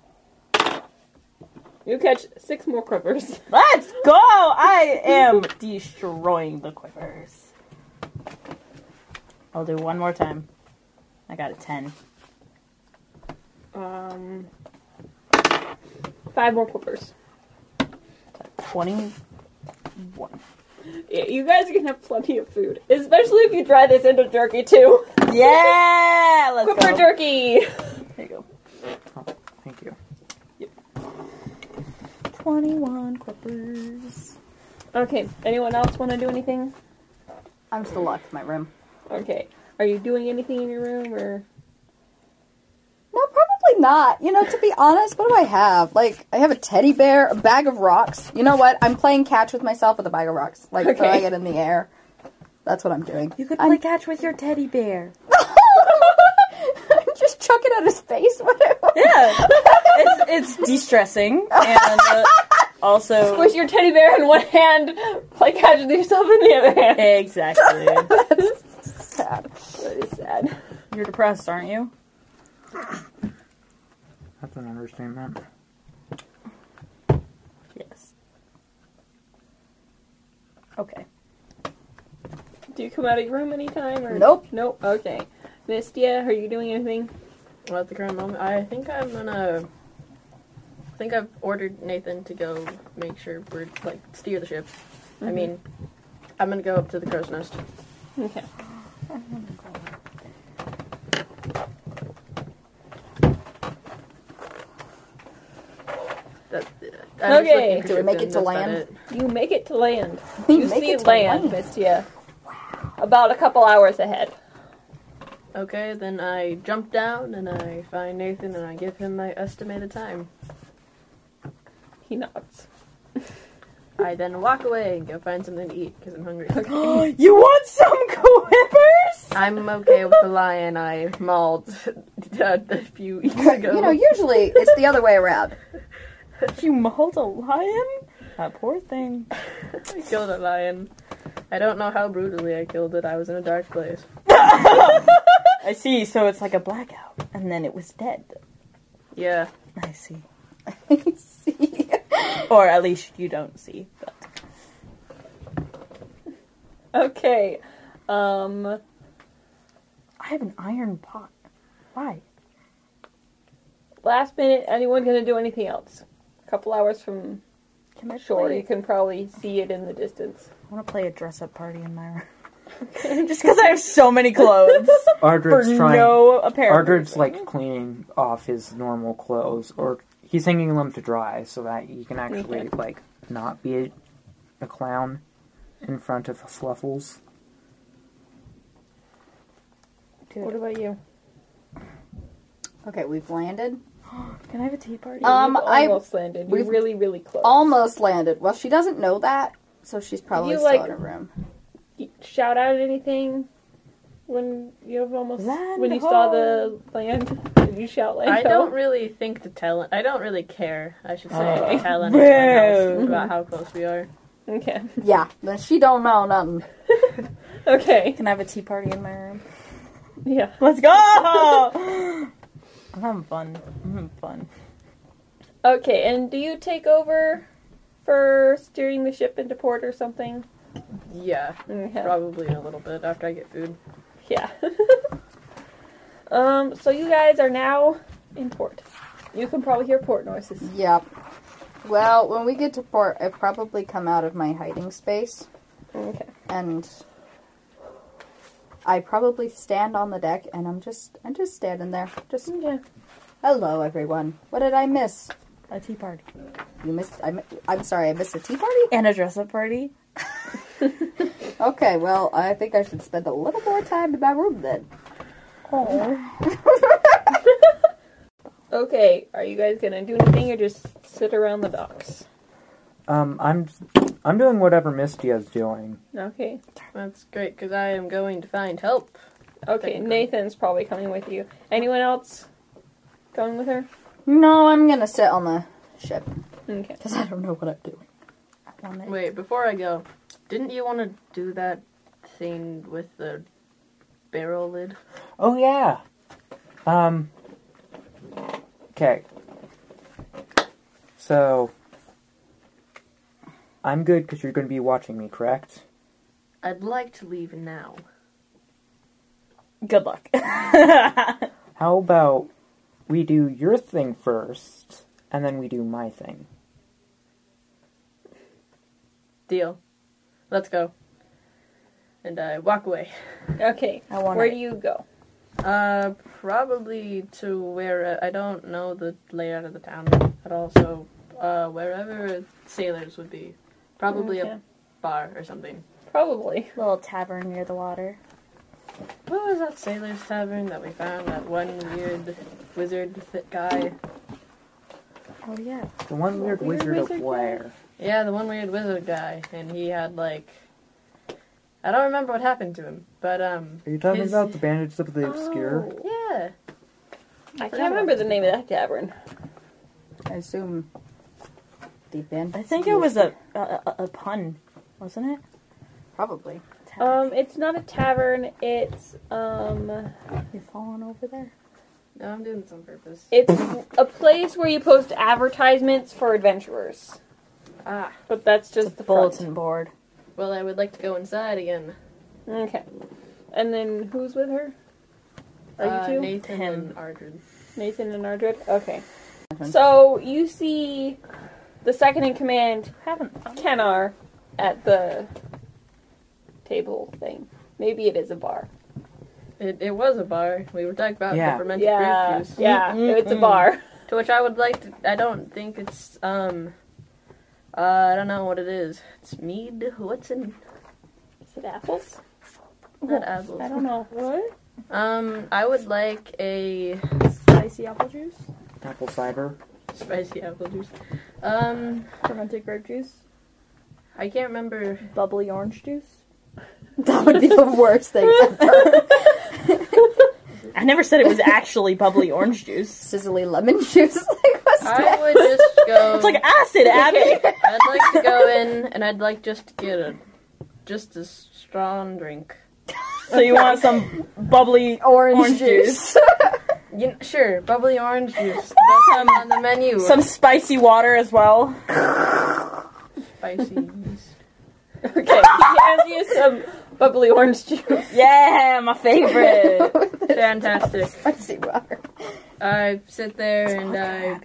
[SPEAKER 2] You catch six more quippers.
[SPEAKER 4] Let's go! I am destroying the quivers. I'll do one more time. I got a 10. Uh,
[SPEAKER 2] um, five more quivers.
[SPEAKER 4] 21.
[SPEAKER 2] Yeah, you guys can have plenty of food, especially if you dry this into jerky too.
[SPEAKER 4] Yeah! Let's
[SPEAKER 2] Quiver
[SPEAKER 4] go.
[SPEAKER 2] jerky.
[SPEAKER 4] There you go.
[SPEAKER 3] Thank you.
[SPEAKER 4] 21 quippers.
[SPEAKER 2] Okay. Anyone else want to do anything?
[SPEAKER 6] I'm still locked to my room.
[SPEAKER 2] Okay. Are you doing anything in your room or?
[SPEAKER 1] No, probably not. You know, to be honest, what do I have? Like, I have a teddy bear, a bag of rocks. You know what? I'm playing catch with myself with a bag of rocks. Like,
[SPEAKER 2] Okay.
[SPEAKER 1] throwing it in the air. That's what I'm doing.
[SPEAKER 4] You could
[SPEAKER 1] I'm-
[SPEAKER 4] play catch with your teddy bear.
[SPEAKER 1] I'm just chucking at his face with it.
[SPEAKER 4] Yeah! it's, it's de stressing and uh, also.
[SPEAKER 2] Squish your teddy bear in one hand, play catch with yourself in the other hand.
[SPEAKER 4] Exactly.
[SPEAKER 1] Sad.
[SPEAKER 2] That is sad.
[SPEAKER 4] You're depressed, aren't you?
[SPEAKER 3] That's an understatement.
[SPEAKER 4] Yes. Okay.
[SPEAKER 2] Do you come out of your room anytime or?
[SPEAKER 1] Nope.
[SPEAKER 2] Nope. Okay. Mistia, are you doing anything?
[SPEAKER 5] Well, at the current moment, I think I'm gonna. I think I've ordered Nathan to go make sure we're like steer the ship.
[SPEAKER 1] Mm-hmm.
[SPEAKER 5] I mean, I'm gonna go up to the crow's nest.
[SPEAKER 2] Okay.
[SPEAKER 5] That, I'm just
[SPEAKER 2] Okay.
[SPEAKER 5] looking for
[SPEAKER 1] Do we
[SPEAKER 5] ship
[SPEAKER 1] make it
[SPEAKER 5] in,
[SPEAKER 1] to
[SPEAKER 5] that's about
[SPEAKER 1] land?
[SPEAKER 5] it.
[SPEAKER 2] You make it to land.
[SPEAKER 1] You
[SPEAKER 2] You
[SPEAKER 1] make
[SPEAKER 2] see
[SPEAKER 1] it to
[SPEAKER 2] land,
[SPEAKER 1] land.
[SPEAKER 2] Mistia. About a couple hours ahead.
[SPEAKER 5] Okay, then I jump down and I find Nathan and I give him my estimated time.
[SPEAKER 2] He nods.
[SPEAKER 5] I then walk away and go find something to eat because I'm hungry.
[SPEAKER 4] you want some quivers?
[SPEAKER 5] I'm okay with the lion I mauled a few years ago.
[SPEAKER 1] You know, usually it's the other way around.
[SPEAKER 4] You mauled a lion? That poor thing.
[SPEAKER 5] I killed a lion. I don't know how brutally I killed it. I was in a dark place.
[SPEAKER 4] I see, so it's like a blackout, and then it was dead.
[SPEAKER 5] Yeah.
[SPEAKER 4] I see.
[SPEAKER 1] See?
[SPEAKER 4] Or at least you don't see. But
[SPEAKER 2] Okay. Um.
[SPEAKER 4] I have an iron pot. Why?
[SPEAKER 2] Last minute. Anyone gonna do anything else? A couple hours from
[SPEAKER 4] Can I
[SPEAKER 2] shore,
[SPEAKER 4] play-
[SPEAKER 2] you can probably see it in the distance.
[SPEAKER 4] I want to play a dress up party in my room. Just because I have so many clothes for
[SPEAKER 3] Ardred's trying.
[SPEAKER 4] no apparent.
[SPEAKER 3] Ardred's
[SPEAKER 4] reason.
[SPEAKER 3] like cleaning off his normal clothes, or he's hanging them to dry so that he can actually
[SPEAKER 2] Okay.
[SPEAKER 3] like not be a, a clown in front of Sluffles.
[SPEAKER 2] What about you?
[SPEAKER 1] Okay, we've landed.
[SPEAKER 4] Can I have a tea party?
[SPEAKER 1] Um,
[SPEAKER 2] You've
[SPEAKER 1] I-
[SPEAKER 2] almost landed. You're
[SPEAKER 1] we've-
[SPEAKER 2] really, really close.
[SPEAKER 1] Almost landed. Well, she doesn't know that, so she's probably
[SPEAKER 2] You,
[SPEAKER 1] still
[SPEAKER 2] like-
[SPEAKER 1] in her room.
[SPEAKER 2] Shout out anything when you've almost
[SPEAKER 4] Land
[SPEAKER 2] when you saw the land. Did you shout land?
[SPEAKER 5] I don't
[SPEAKER 2] ho?
[SPEAKER 5] really think to tell. I don't really care. I should say
[SPEAKER 3] Uh,
[SPEAKER 5] to tell anyone
[SPEAKER 4] bro.
[SPEAKER 5] else about how close we are.
[SPEAKER 2] Okay.
[SPEAKER 1] Yeah, then she don't know nothing.
[SPEAKER 2] Okay.
[SPEAKER 4] Can I have a tea party in my room?
[SPEAKER 2] Yeah.
[SPEAKER 4] Let's go! I'm having fun. I'm having fun.
[SPEAKER 2] Okay. And do you take over for steering the ship into port or something?
[SPEAKER 5] Yeah,
[SPEAKER 2] Okay.
[SPEAKER 5] probably in a little bit after I get food.
[SPEAKER 2] Yeah. um. So you guys are now in port. You can probably hear port noises.
[SPEAKER 1] Yep. Well, when we get to port, I probably come out of my hiding space
[SPEAKER 2] Okay.
[SPEAKER 1] and I probably stand on the deck and I'm just I'm just standing there. Just
[SPEAKER 2] Yeah.
[SPEAKER 1] hello everyone. What did I miss?
[SPEAKER 4] A tea party.
[SPEAKER 1] You missed I'm I'm sorry, I missed a tea party?
[SPEAKER 4] And a dress up party?
[SPEAKER 1] Okay, well, I think I should spend a little more time in my room then.
[SPEAKER 2] Okay. Are you guys gonna do anything or just sit around the docks?
[SPEAKER 3] Um, I'm I'm doing whatever Mistia's doing.
[SPEAKER 2] Okay.
[SPEAKER 5] That's great because I am going to find help.
[SPEAKER 2] Okay,
[SPEAKER 5] Technically.
[SPEAKER 2] Nathan's probably coming with you. Anyone else going with her?
[SPEAKER 1] No, I'm going to sit on the ship
[SPEAKER 2] Okay.
[SPEAKER 1] cuz I don't know what I'm doing.
[SPEAKER 4] I want it.
[SPEAKER 5] Wait, before I go, didn't you want to do that thing with the barrel lid?
[SPEAKER 3] Oh yeah. Um. Okay. So I'm good because you're going to be watching me, correct?
[SPEAKER 5] I'd like to leave now.
[SPEAKER 4] Good luck.
[SPEAKER 3] How about we do your thing first, and then we do my thing.
[SPEAKER 5] Deal. Let's go. And I walk away.
[SPEAKER 2] Okay.
[SPEAKER 4] I want
[SPEAKER 2] Where
[SPEAKER 4] it.
[SPEAKER 2] do you go?
[SPEAKER 5] Uh, probably to where I don't know the layout of the town at all. So, uh, wherever sailors would be, probably
[SPEAKER 2] Okay.
[SPEAKER 5] a bar or something.
[SPEAKER 2] Probably.
[SPEAKER 4] Little tavern near the water.
[SPEAKER 5] What was that sailors tavern that we found? That one weird wizard th- guy.
[SPEAKER 4] Oh yeah.
[SPEAKER 3] The one weird
[SPEAKER 2] Weird
[SPEAKER 3] wizard of
[SPEAKER 2] wizard
[SPEAKER 3] Blair.
[SPEAKER 5] Yeah, the one weird wizard guy, and he had like. I don't remember what happened to him, but um.
[SPEAKER 3] Are you talking
[SPEAKER 5] his-
[SPEAKER 3] about the Bandits of the Obscure?
[SPEAKER 2] Oh,
[SPEAKER 5] Yeah.
[SPEAKER 2] I can't remember the name of that tavern.
[SPEAKER 6] I assume deep in.
[SPEAKER 4] I think it was a a, a, a pun, wasn't it?
[SPEAKER 6] Probably.
[SPEAKER 2] Um, it's not a tavern. It's um,
[SPEAKER 4] You falling over there?
[SPEAKER 5] No, I'm doing this on purpose.
[SPEAKER 2] it's a place where you post advertisements for adventurers.
[SPEAKER 5] Ah.
[SPEAKER 2] But that's just the front.
[SPEAKER 4] Bulletin board.
[SPEAKER 5] Well, I would like to go inside again.
[SPEAKER 2] Okay. And then who's with her? Are you
[SPEAKER 5] Uh,
[SPEAKER 2] two?
[SPEAKER 5] Nathan
[SPEAKER 4] Him.
[SPEAKER 5] and Ardred.
[SPEAKER 2] Nathan and Ardred? Okay. So you see the second in command,
[SPEAKER 4] Haven't.
[SPEAKER 2] Kenar, at the table thing. Maybe it is a bar.
[SPEAKER 5] It, it was a bar. We were talking about
[SPEAKER 3] Yeah.
[SPEAKER 5] peppermint
[SPEAKER 2] Yeah,
[SPEAKER 5] grape juice.
[SPEAKER 2] yeah, it's a bar.
[SPEAKER 5] To which I would like to. I don't think it's um. Uh, I don't know what it is. It's mead. What's in
[SPEAKER 2] Is it apples?
[SPEAKER 5] not apples?
[SPEAKER 2] I don't know. What?
[SPEAKER 5] Um, I would like a
[SPEAKER 2] Spicy apple juice?
[SPEAKER 3] Apple cider.
[SPEAKER 5] spicy apple juice. Um,
[SPEAKER 2] Fermented grape juice?
[SPEAKER 5] I can't remember.
[SPEAKER 2] Bubbly orange juice?
[SPEAKER 4] That would be the worst thing ever. I never said it was actually bubbly orange juice.
[SPEAKER 6] Sizzly lemon juice. like, what's
[SPEAKER 5] I would just go.
[SPEAKER 4] It's like acid, Abby.
[SPEAKER 5] I'd like to go in and I'd like just to get a just a strong drink.
[SPEAKER 4] So you want some bubbly
[SPEAKER 6] orange,
[SPEAKER 4] orange
[SPEAKER 6] juice.
[SPEAKER 4] juice?
[SPEAKER 5] You kn- sure, bubbly orange juice. That's um, on the menu.
[SPEAKER 4] Some spicy water as well.
[SPEAKER 5] spicy yeast.
[SPEAKER 2] Okay, he hands you some bubbly orange juice.
[SPEAKER 4] Yeah, my favorite.
[SPEAKER 5] Fantastic.
[SPEAKER 6] Spicy water.
[SPEAKER 5] I sit there and I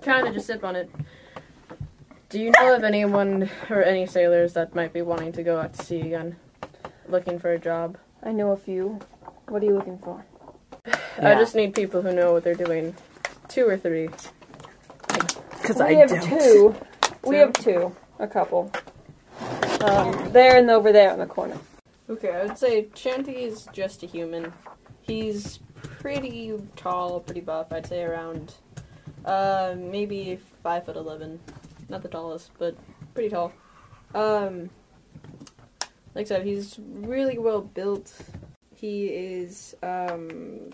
[SPEAKER 5] kind of just sip on it. Do you know of anyone or any sailors that might be wanting to go out to sea again, looking for a job?
[SPEAKER 2] I know a few. What are you looking for?
[SPEAKER 5] I
[SPEAKER 3] Yeah.
[SPEAKER 5] just need people who know what they're doing. Two or three.
[SPEAKER 4] Because
[SPEAKER 2] we
[SPEAKER 4] I
[SPEAKER 2] have
[SPEAKER 4] don't.
[SPEAKER 2] two. We have two. A couple. Um, there and over there in the corner.
[SPEAKER 5] Okay, I would say Chanty is just a human. He's pretty tall, pretty buff. I'd say around, uh, maybe five foot eleven. Not the tallest, but pretty tall. Um, like I said, he's really well built. He is um,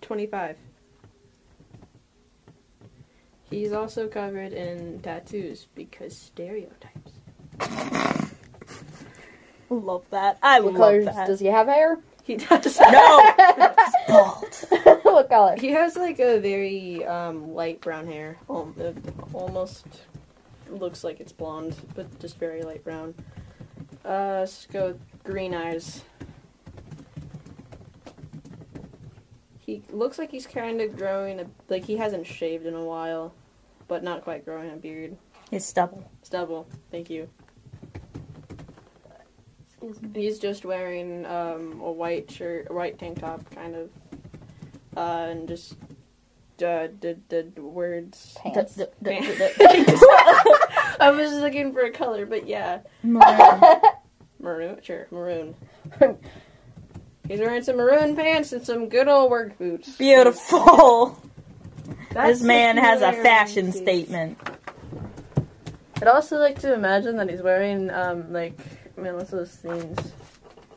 [SPEAKER 5] twenty-five. He's also covered in tattoos because stereotypes.
[SPEAKER 4] Love that. I
[SPEAKER 6] What
[SPEAKER 4] love
[SPEAKER 6] colors
[SPEAKER 4] that.
[SPEAKER 6] does he have hair?
[SPEAKER 5] He does.
[SPEAKER 4] No, it's bald.
[SPEAKER 6] what color?
[SPEAKER 5] He has like a very um, light brown hair. Um, it almost looks like it's blonde, but just very light brown. Uh, let's go with green eyes. He looks like he's kind of growing a like he hasn't shaved in a while, but not quite growing a beard.
[SPEAKER 4] His stubble.
[SPEAKER 5] Stubble. Thank you. He's just wearing um, a white shirt, a white tank top, kind of, uh, and just uh, the the words.
[SPEAKER 6] Pants.
[SPEAKER 4] D- d- d-
[SPEAKER 5] I was looking for a color, but yeah,
[SPEAKER 4] Maroon.
[SPEAKER 5] maroon. Sure, maroon. He's wearing some maroon pants and some good old work boots.
[SPEAKER 4] Beautiful.
[SPEAKER 5] That's
[SPEAKER 4] this man
[SPEAKER 5] what
[SPEAKER 4] has a
[SPEAKER 5] wearing.
[SPEAKER 4] fashion statement.
[SPEAKER 5] I'd also like to imagine that he's wearing um like I mean what's those things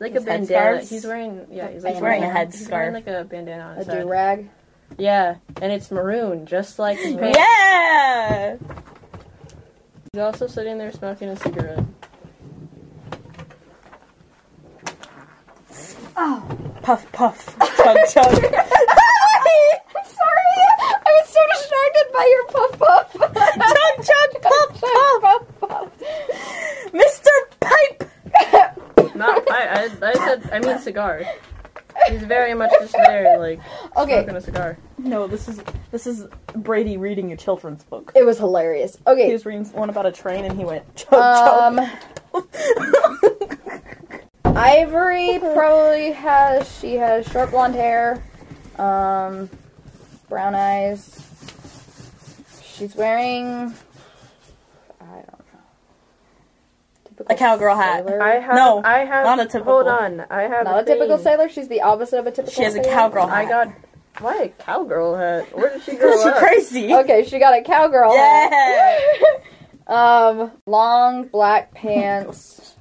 [SPEAKER 5] like
[SPEAKER 4] Those
[SPEAKER 5] a
[SPEAKER 4] headscarves?
[SPEAKER 5] bandana. He's wearing yeah he's, like
[SPEAKER 6] He's wearing a
[SPEAKER 5] He's wearing
[SPEAKER 4] headscarf.
[SPEAKER 5] like a bandana on
[SPEAKER 6] A
[SPEAKER 5] his head.
[SPEAKER 6] do rag.
[SPEAKER 5] Yeah, and it's maroon, just like his pants.
[SPEAKER 4] Yeah.
[SPEAKER 5] He's also sitting there smoking a cigarette.
[SPEAKER 6] Oh.
[SPEAKER 4] Puff puff. Chug chug.
[SPEAKER 6] I'm sorry. I was so distracted by your puff puff.
[SPEAKER 4] Chug, chug, puff,
[SPEAKER 6] puff puff.
[SPEAKER 4] Mr. Pipe.
[SPEAKER 5] Not I, I I said I mean cigar. He's very much just there like
[SPEAKER 6] Okay,
[SPEAKER 5] smoking a cigar.
[SPEAKER 4] No, this is this is Brady reading a children's book.
[SPEAKER 1] It was hilarious.
[SPEAKER 4] He
[SPEAKER 1] Okay.
[SPEAKER 4] was reading one about a train, and he went chug chug.
[SPEAKER 1] Um, Ivory probably has. She has short blonde hair, um, brown eyes. She's wearing. I don't know. Typical
[SPEAKER 4] A cowgirl hat.
[SPEAKER 1] sailor.
[SPEAKER 5] I have.
[SPEAKER 4] No,
[SPEAKER 5] I have.
[SPEAKER 4] not a typical.
[SPEAKER 5] Hold on, I have.
[SPEAKER 1] Not a
[SPEAKER 5] thing.
[SPEAKER 1] typical sailor. She's the opposite of a typical.
[SPEAKER 4] She has a
[SPEAKER 1] sailor.
[SPEAKER 4] cowgirl
[SPEAKER 5] I
[SPEAKER 4] hat.
[SPEAKER 5] got. Why a cowgirl hat? Where did she grow
[SPEAKER 4] She's
[SPEAKER 5] up?
[SPEAKER 4] crazy.
[SPEAKER 1] Okay, she got a cowgirl. hat.
[SPEAKER 4] Yeah.
[SPEAKER 1] Um, long black pants.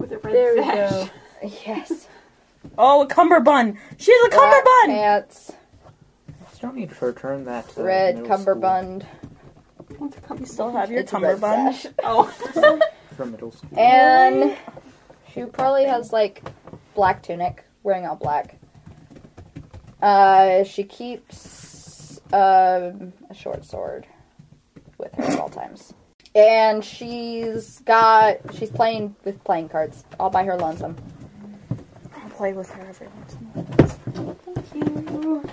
[SPEAKER 6] With a red
[SPEAKER 5] There we
[SPEAKER 6] sash.
[SPEAKER 5] go.
[SPEAKER 1] yes.
[SPEAKER 4] Oh, a cummerbund. She has a
[SPEAKER 1] Black
[SPEAKER 4] cummerbund.
[SPEAKER 1] pants.
[SPEAKER 3] You don't need to return that. To
[SPEAKER 1] Red
[SPEAKER 3] middle
[SPEAKER 1] cummerbund.
[SPEAKER 6] What's a cum-
[SPEAKER 4] You still have your
[SPEAKER 1] It's a red
[SPEAKER 4] cummerbund.
[SPEAKER 1] sash.
[SPEAKER 6] Oh.
[SPEAKER 3] School, from middle school.
[SPEAKER 1] And she probably has like black tunic, wearing all black. Uh, she keeps um, a short sword with her at all times. And she's got she's playing with playing cards all by her lonesome.
[SPEAKER 4] I'll play with her every once in a while. Thank you.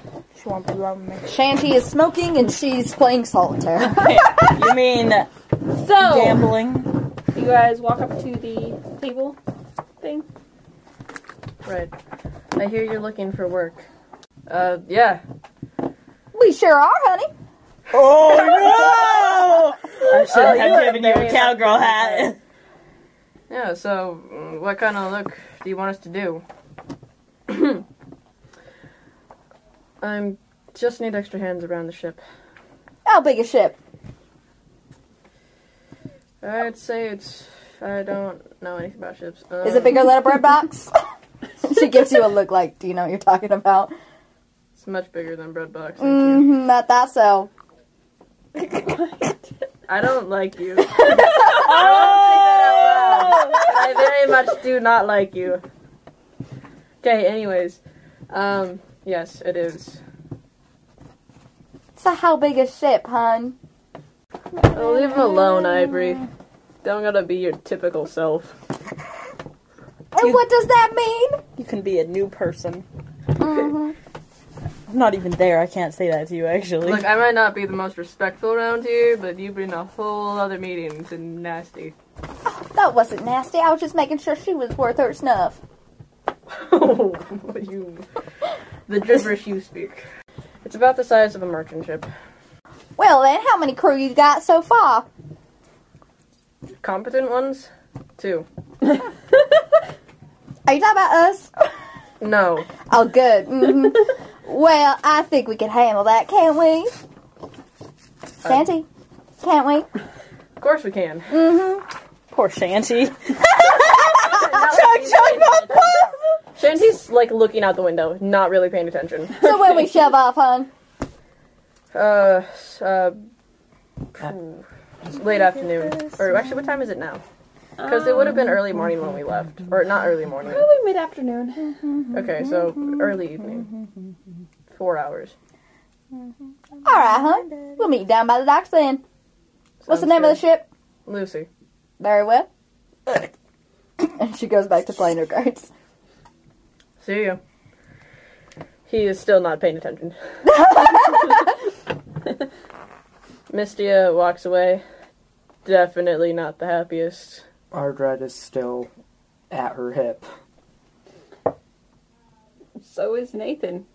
[SPEAKER 4] She won't be loving me.
[SPEAKER 1] Shanty is smoking and she's playing solitaire.
[SPEAKER 4] You mean
[SPEAKER 5] So
[SPEAKER 4] gambling?
[SPEAKER 2] You guys walk up to the table thing.
[SPEAKER 5] Right. I hear you're looking for work. Uh, yeah.
[SPEAKER 1] we sure are, honey.
[SPEAKER 4] Oh no! I should
[SPEAKER 5] Oh, you
[SPEAKER 4] have
[SPEAKER 5] are
[SPEAKER 4] given you
[SPEAKER 5] very
[SPEAKER 4] a cowgirl hat.
[SPEAKER 5] Yeah, so mm, what kind of look do you want us to do? I'm just need extra hands around the ship.
[SPEAKER 1] How big a ship?
[SPEAKER 5] I'd say it's I don't know anything about ships. Um, Uh,
[SPEAKER 1] Is it bigger than a bread box? she gives you a look like, do you know what you're talking about?
[SPEAKER 5] It's much bigger than bread box. Thank you.
[SPEAKER 1] Mm, not that so.
[SPEAKER 5] I don't like you. I don't say that out loud. I very much do not like you. Okay, anyways. Um, yes, it is.
[SPEAKER 1] So how big a ship, hun?
[SPEAKER 5] Oh, leave him alone, Ivory. Don't gotta be your typical self.
[SPEAKER 1] And what does that mean?
[SPEAKER 4] You can be a new person.
[SPEAKER 1] Mm-hmm.
[SPEAKER 4] I'm not even there. I can't say that to you, actually.
[SPEAKER 5] Look, I might not be the most respectful around here, but you bring a whole other meeting to nasty.
[SPEAKER 1] That wasn't nasty. I was just making sure she was worth her snuff.
[SPEAKER 5] Oh, you. The gibberish you speak. It's about the size of a merchant ship.
[SPEAKER 1] Well then, how many crew you got so far?
[SPEAKER 5] Competent ones? Two.
[SPEAKER 1] Are you talking about us?
[SPEAKER 5] No.
[SPEAKER 1] Oh, good. hmm well, I think we can handle that, can't we? Uh, Shanty, can't we?
[SPEAKER 5] Of course we can.
[SPEAKER 1] Mm-hmm.
[SPEAKER 4] Poor Shanty.
[SPEAKER 5] Shanty's like looking out the window, not really paying attention.
[SPEAKER 1] So when we shove off, hun?
[SPEAKER 5] Uh, s- uh, late afternoon. Or actually, what time is it now? Because it would have been early morning when we left. Or not early morning.
[SPEAKER 2] Probably mid afternoon.
[SPEAKER 5] Okay, so early evening. Four hours.
[SPEAKER 1] All right, hun. We'll meet down by the docks then. What's the name of the ship?
[SPEAKER 5] the Lucy.
[SPEAKER 1] Very well. and she goes back to playing her cards.
[SPEAKER 5] See you. He is still not paying attention. Mistia uh, walks away. Definitely not the happiest.
[SPEAKER 3] Ardred is still at her hip.
[SPEAKER 2] So is Nathan.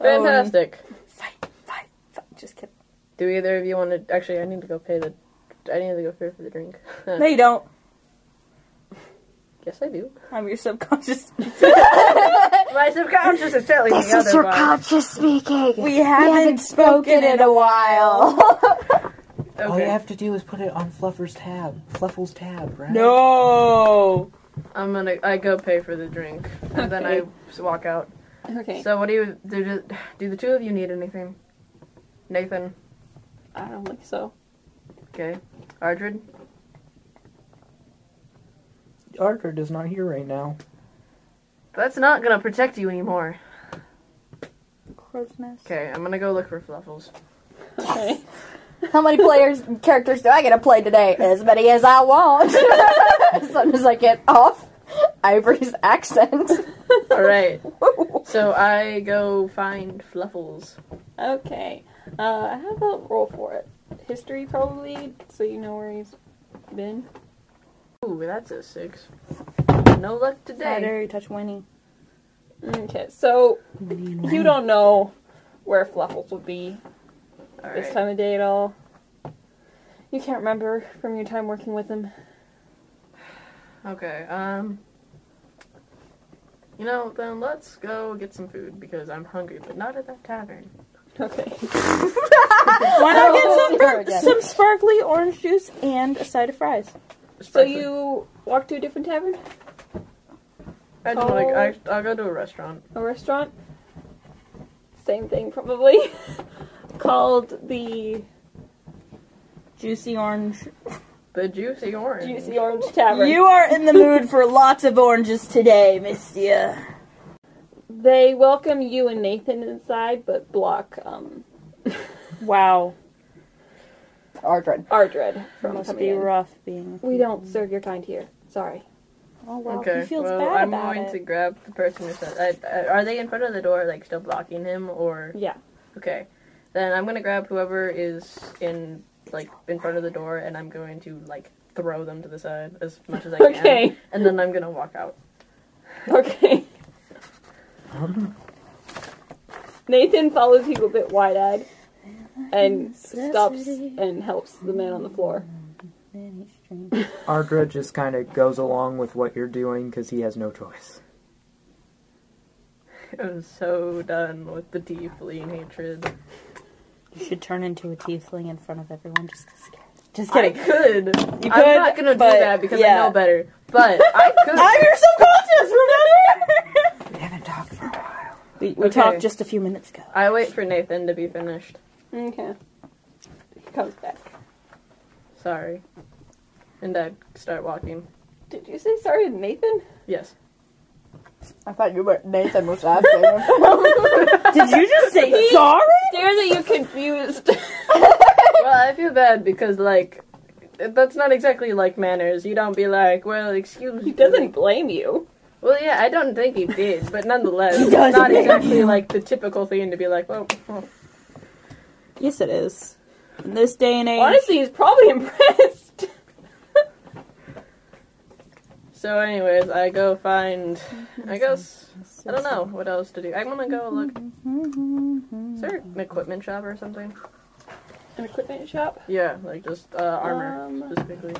[SPEAKER 5] Fantastic.
[SPEAKER 1] Oh.
[SPEAKER 4] Fight, fight, fight. Just kidding.
[SPEAKER 5] Do either of you want to? Actually, I need to go pay the. I need to go pay for the drink.
[SPEAKER 4] No, you don't.
[SPEAKER 5] Yes, I do.
[SPEAKER 4] I'm your subconscious.
[SPEAKER 5] My subconscious is telling me otherwise.
[SPEAKER 1] speaking.
[SPEAKER 4] We haven't, spoken in a while.
[SPEAKER 2] Oh,
[SPEAKER 3] All you
[SPEAKER 5] Okay,
[SPEAKER 3] have to do is put it on Fluffer's tab. Fluffle's tab, right?
[SPEAKER 4] No.
[SPEAKER 5] I'm gonna. I go pay for the drink, and then I s- walk out.
[SPEAKER 2] Okay.
[SPEAKER 5] So, what do you do? you- Do the two of you need anything? Nathan,
[SPEAKER 2] I don't think so.
[SPEAKER 5] okay, Ardred.
[SPEAKER 3] Ardred is not here right now.
[SPEAKER 5] That's not gonna protect you anymore.
[SPEAKER 1] Christmas.
[SPEAKER 5] Okay, I'm gonna go look for Fluffles.
[SPEAKER 2] Okay.
[SPEAKER 1] How many players characters do I get to play today? As many as I want. as soon as I get off Ivory's accent.
[SPEAKER 5] All right. So I go find Fluffles.
[SPEAKER 2] Okay. Uh, how about roll for it? History, probably, so you know where he's been.
[SPEAKER 5] Ooh, that's a six. No luck today.
[SPEAKER 4] you touch Winnie.
[SPEAKER 2] Okay, so you don't know where Fluffles would be
[SPEAKER 5] Alright.
[SPEAKER 2] this time of day at all. You can't remember from your time working with him.
[SPEAKER 5] Okay. Um. You know, then let's go get some food because I'm hungry, but not at that tavern.
[SPEAKER 2] Okay.
[SPEAKER 4] Why not get some
[SPEAKER 1] There again.
[SPEAKER 4] some sparkly orange juice and a side of fries?
[SPEAKER 2] So
[SPEAKER 5] Especially-
[SPEAKER 2] you walk to a different tavern?
[SPEAKER 5] I don't like. I I'll go to a restaurant.
[SPEAKER 2] a restaurant. Same thing, probably. Called the
[SPEAKER 4] Juicy orange.
[SPEAKER 5] The juicy orange.
[SPEAKER 2] Juicy Orange Tavern.
[SPEAKER 4] You are in the mood for lots of oranges today, Mistia.
[SPEAKER 2] they welcome you and Nathan inside, but block um,
[SPEAKER 4] Wow,
[SPEAKER 1] Ardred.
[SPEAKER 2] Ardred from
[SPEAKER 4] must
[SPEAKER 2] coming
[SPEAKER 4] be
[SPEAKER 2] in.
[SPEAKER 4] rough being.
[SPEAKER 2] We don't serve your kind here. Sorry.
[SPEAKER 4] Oh wow,
[SPEAKER 5] okay.
[SPEAKER 4] he feels
[SPEAKER 5] well,
[SPEAKER 4] bad
[SPEAKER 5] I'm
[SPEAKER 4] about
[SPEAKER 5] going
[SPEAKER 4] it.
[SPEAKER 5] to grab the person who said. I, I, are they in front of the door, like still blocking him, or
[SPEAKER 2] Yeah.
[SPEAKER 5] okay? Then I'm gonna grab whoever is in like in front of the door, and I'm going to like throw them to the side as much as I can.
[SPEAKER 2] Okay.
[SPEAKER 5] And then I'm gonna walk out.
[SPEAKER 2] Okay. Nathan follows you a bit wide eyed and stops and helps the man on the floor.
[SPEAKER 3] Ardra just kind of goes along with what you're doing because he has no choice.
[SPEAKER 5] I'm so done with the deeply hatred.
[SPEAKER 4] You should turn into a tiefling in front of everyone just to scare. Just
[SPEAKER 5] I
[SPEAKER 4] kidding.
[SPEAKER 5] could.
[SPEAKER 4] You
[SPEAKER 5] I'm
[SPEAKER 4] could,
[SPEAKER 5] not gonna do
[SPEAKER 4] but-
[SPEAKER 5] that because
[SPEAKER 4] yeah.
[SPEAKER 5] I know better. But I could.
[SPEAKER 4] I'm your subconscious. Remember?
[SPEAKER 3] We haven't talked for a while.
[SPEAKER 4] we we
[SPEAKER 5] Okay.
[SPEAKER 4] talked just a few minutes ago.
[SPEAKER 5] I wait for Nathan to be finished.
[SPEAKER 2] Okay. He comes back.
[SPEAKER 5] Sorry. And I start walking.
[SPEAKER 2] Did you say sorry to Nathan?
[SPEAKER 5] Yes.
[SPEAKER 1] I thought you were Nathan was asking. him.
[SPEAKER 4] Did you just say sorry?
[SPEAKER 2] stares at you confused.
[SPEAKER 5] well, I feel bad because, like, that's not exactly like manners. You don't be like, well, excuse
[SPEAKER 2] he
[SPEAKER 5] me.
[SPEAKER 2] doesn't blame you.
[SPEAKER 5] Well, yeah, I don't think he did, but nonetheless, it's
[SPEAKER 4] doesn't
[SPEAKER 5] not
[SPEAKER 4] blame
[SPEAKER 5] exactly like the typical thing to be like, well, well,
[SPEAKER 4] Yes, it is. In this day and age,
[SPEAKER 2] Honestly, he's probably impressed.
[SPEAKER 5] So, anyways, I go find. I guess. I don't know what else to do. I want to go look. Is there an equipment shop or something?
[SPEAKER 2] An equipment shop?
[SPEAKER 5] Yeah, like just uh, armor
[SPEAKER 2] Um,
[SPEAKER 5] specifically.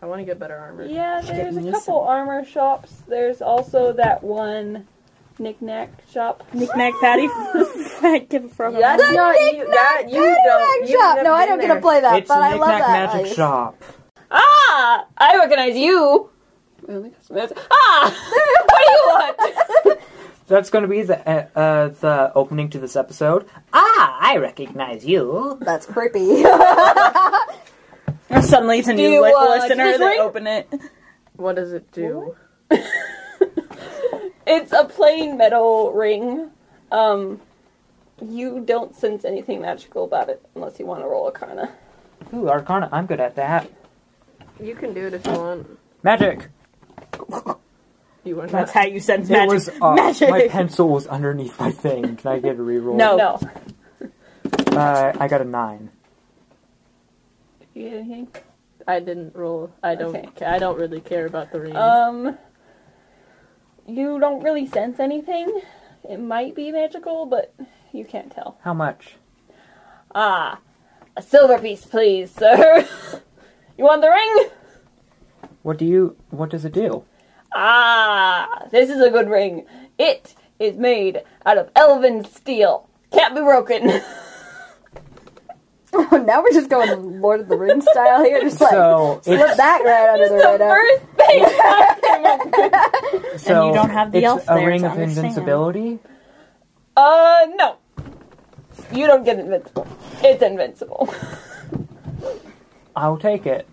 [SPEAKER 5] I want to get better armor.
[SPEAKER 2] Yeah, there's
[SPEAKER 4] Getting
[SPEAKER 2] a
[SPEAKER 4] you
[SPEAKER 2] couple armor shops. There's also that one knickknack shop.
[SPEAKER 4] knick-knack, patty. I give a frog.
[SPEAKER 5] That's not you. That you don't. you've
[SPEAKER 1] Shop.
[SPEAKER 5] never
[SPEAKER 1] No, I
[SPEAKER 5] been
[SPEAKER 1] don't get
[SPEAKER 5] there.
[SPEAKER 1] to play that,
[SPEAKER 3] it's
[SPEAKER 1] but
[SPEAKER 3] a
[SPEAKER 1] I love
[SPEAKER 3] knick-knack
[SPEAKER 1] that.
[SPEAKER 3] magic
[SPEAKER 1] ice.
[SPEAKER 3] shop.
[SPEAKER 2] Ah! I recognize you! We only got some minutes. Ah! what do you want?
[SPEAKER 3] That's going to be the uh, uh, the opening to this episode. Ah, I recognize you.
[SPEAKER 1] That's creepy.
[SPEAKER 4] Or suddenly it's a new
[SPEAKER 2] you,
[SPEAKER 4] like,
[SPEAKER 2] uh,
[SPEAKER 4] listener
[SPEAKER 2] just
[SPEAKER 4] that
[SPEAKER 2] ring?
[SPEAKER 4] open it.
[SPEAKER 5] What does it do?
[SPEAKER 2] It's a plain metal ring. Um, you don't sense anything magical about it unless you want to roll Arcana.
[SPEAKER 3] Ooh, Arcana. I'm good at that.
[SPEAKER 5] You can do it if you want.
[SPEAKER 3] Magic.
[SPEAKER 5] You want
[SPEAKER 4] That's
[SPEAKER 5] not.
[SPEAKER 4] how you sense magic.
[SPEAKER 3] It was uh,
[SPEAKER 4] magic.
[SPEAKER 3] my pencil was underneath my thing. Can I get a reroll?
[SPEAKER 4] No.
[SPEAKER 2] No.
[SPEAKER 3] Uh, I got a nine.
[SPEAKER 2] You get anything?
[SPEAKER 5] I didn't roll. I don't.
[SPEAKER 2] Okay.
[SPEAKER 5] ca- I don't really care about the ring.
[SPEAKER 2] Um, you don't really sense anything. It might be magical, but you can't tell.
[SPEAKER 3] How much?
[SPEAKER 2] Ah, a silver piece, please, sir. you want the ring?
[SPEAKER 3] What do you? What does it do?
[SPEAKER 2] Ah, this is a good ring. It is made out of elven steel. Can't be broken.
[SPEAKER 1] now we're just going Lord of the Rings style here. Just like
[SPEAKER 3] so
[SPEAKER 1] slip
[SPEAKER 3] it's
[SPEAKER 1] that right under the
[SPEAKER 2] the
[SPEAKER 1] radar.
[SPEAKER 2] first thing.
[SPEAKER 3] so
[SPEAKER 4] And you don't have the
[SPEAKER 3] it's
[SPEAKER 4] elf
[SPEAKER 3] a
[SPEAKER 4] there
[SPEAKER 3] ring
[SPEAKER 4] to
[SPEAKER 3] of
[SPEAKER 4] understand.
[SPEAKER 3] invincibility.
[SPEAKER 2] uh, no. You don't get invincible. It's invincible.
[SPEAKER 3] I'll take it.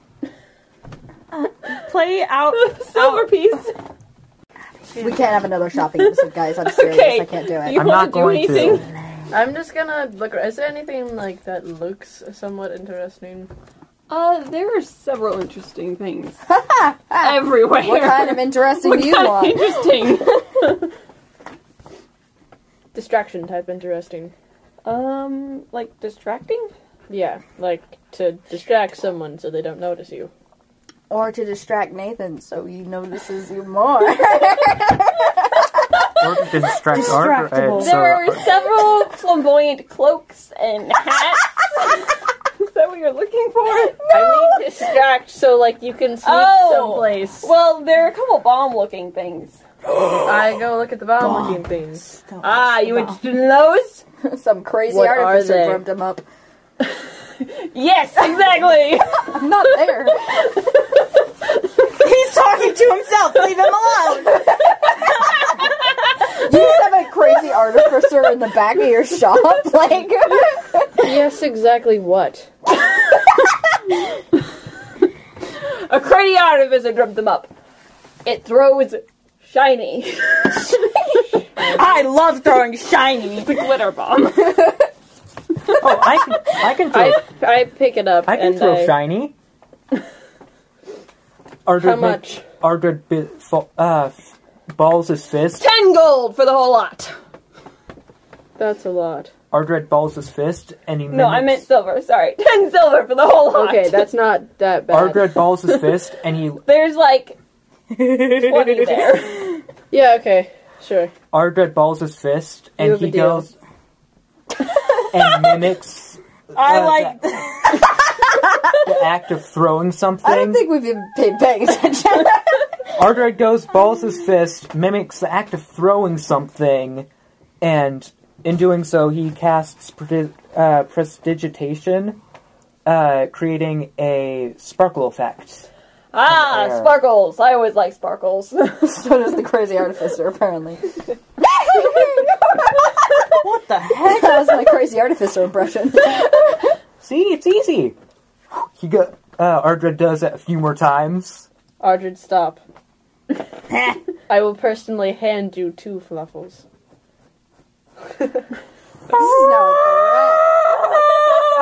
[SPEAKER 4] Play out.
[SPEAKER 2] Silver piece.
[SPEAKER 1] We can't have another shopping episode, guys. I'm serious.
[SPEAKER 2] Okay.
[SPEAKER 1] I can't do
[SPEAKER 2] You
[SPEAKER 1] it.
[SPEAKER 3] I'm
[SPEAKER 2] wanna
[SPEAKER 3] not
[SPEAKER 2] do
[SPEAKER 3] going
[SPEAKER 2] anything?
[SPEAKER 3] to.
[SPEAKER 5] I'm just gonna look. ar- Is there anything like that looks somewhat interesting?
[SPEAKER 2] Uh, there are several interesting things
[SPEAKER 6] Ah,
[SPEAKER 2] everywhere.
[SPEAKER 1] What kind of interesting do you
[SPEAKER 2] Kinda
[SPEAKER 1] want?
[SPEAKER 2] interesting?
[SPEAKER 5] Distraction type interesting.
[SPEAKER 2] Um, like distracting?
[SPEAKER 5] Yeah, like to distract someone so they don't notice you.
[SPEAKER 6] Or to distract Nathan so he notices you more.
[SPEAKER 3] Or to distract Arbor.
[SPEAKER 4] Distractable.
[SPEAKER 3] uh, so-
[SPEAKER 2] There are several flamboyant cloaks and hats. Is that what you're looking for?
[SPEAKER 5] I mean distract so like you can sneak
[SPEAKER 2] Oh.
[SPEAKER 5] someplace.
[SPEAKER 2] Well, there are a couple bomb-looking things.
[SPEAKER 5] I go look at the bomb looking things.
[SPEAKER 4] Don't
[SPEAKER 2] Ah,
[SPEAKER 4] mess
[SPEAKER 2] you
[SPEAKER 4] about.
[SPEAKER 2] interested in those?
[SPEAKER 6] Some crazy
[SPEAKER 5] What are
[SPEAKER 6] artificer
[SPEAKER 5] they?
[SPEAKER 6] dreamt him up.
[SPEAKER 2] Yes, exactly.
[SPEAKER 6] I'm not there.
[SPEAKER 4] He's talking to himself. Leave him alone.
[SPEAKER 6] you just have a crazy artificer in the back of your shop. Like,
[SPEAKER 5] yes, exactly what?
[SPEAKER 2] a crazy artificer dreamt them up. It throws shiny.
[SPEAKER 4] I love throwing shiny.
[SPEAKER 2] the glitter bomb.
[SPEAKER 3] Oh, I can, I can throw,
[SPEAKER 5] I,
[SPEAKER 3] I,
[SPEAKER 5] I pick it up
[SPEAKER 3] can
[SPEAKER 5] and
[SPEAKER 3] throw
[SPEAKER 5] I,
[SPEAKER 3] shiny. Argrid
[SPEAKER 5] How
[SPEAKER 3] make-
[SPEAKER 5] much?
[SPEAKER 3] Argrid bi- fo- uh, f- balls his fist.
[SPEAKER 2] Ten gold for the whole lot.
[SPEAKER 5] That's a lot.
[SPEAKER 3] Ardred balls his fist, and he
[SPEAKER 2] No,
[SPEAKER 3] mimics,
[SPEAKER 2] I meant silver. Sorry, ten silver for the whole lot.
[SPEAKER 5] Okay, that's not that bad.
[SPEAKER 3] Ardred balls his fist, and he
[SPEAKER 2] There's like twenty there.
[SPEAKER 5] Yeah, okay. Sure.
[SPEAKER 3] Ardred balls his fist,
[SPEAKER 5] You
[SPEAKER 3] and
[SPEAKER 5] have a
[SPEAKER 3] he
[SPEAKER 5] deal.
[SPEAKER 3] goes and mimics
[SPEAKER 4] I
[SPEAKER 3] Uh,
[SPEAKER 4] like.
[SPEAKER 3] the act of throwing
[SPEAKER 6] I don't
[SPEAKER 3] something.
[SPEAKER 6] think we've been pay- paying attention.
[SPEAKER 3] Ardred goes balls his fist, mimics the act of throwing something, and in doing so, he casts predi- uh, prestidigitation, uh, creating a sparkle effect.
[SPEAKER 2] Ah,
[SPEAKER 5] Uh,
[SPEAKER 3] Yeah.
[SPEAKER 2] sparkles. I always like sparkles.
[SPEAKER 6] so does the crazy artificer, apparently.
[SPEAKER 4] What the heck?
[SPEAKER 6] that was my crazy artificer impression.
[SPEAKER 3] See, it's easy. He go- uh, Ardred does it a few more times.
[SPEAKER 5] Ardred, stop. I will personally hand you two fluffles.
[SPEAKER 6] This is now a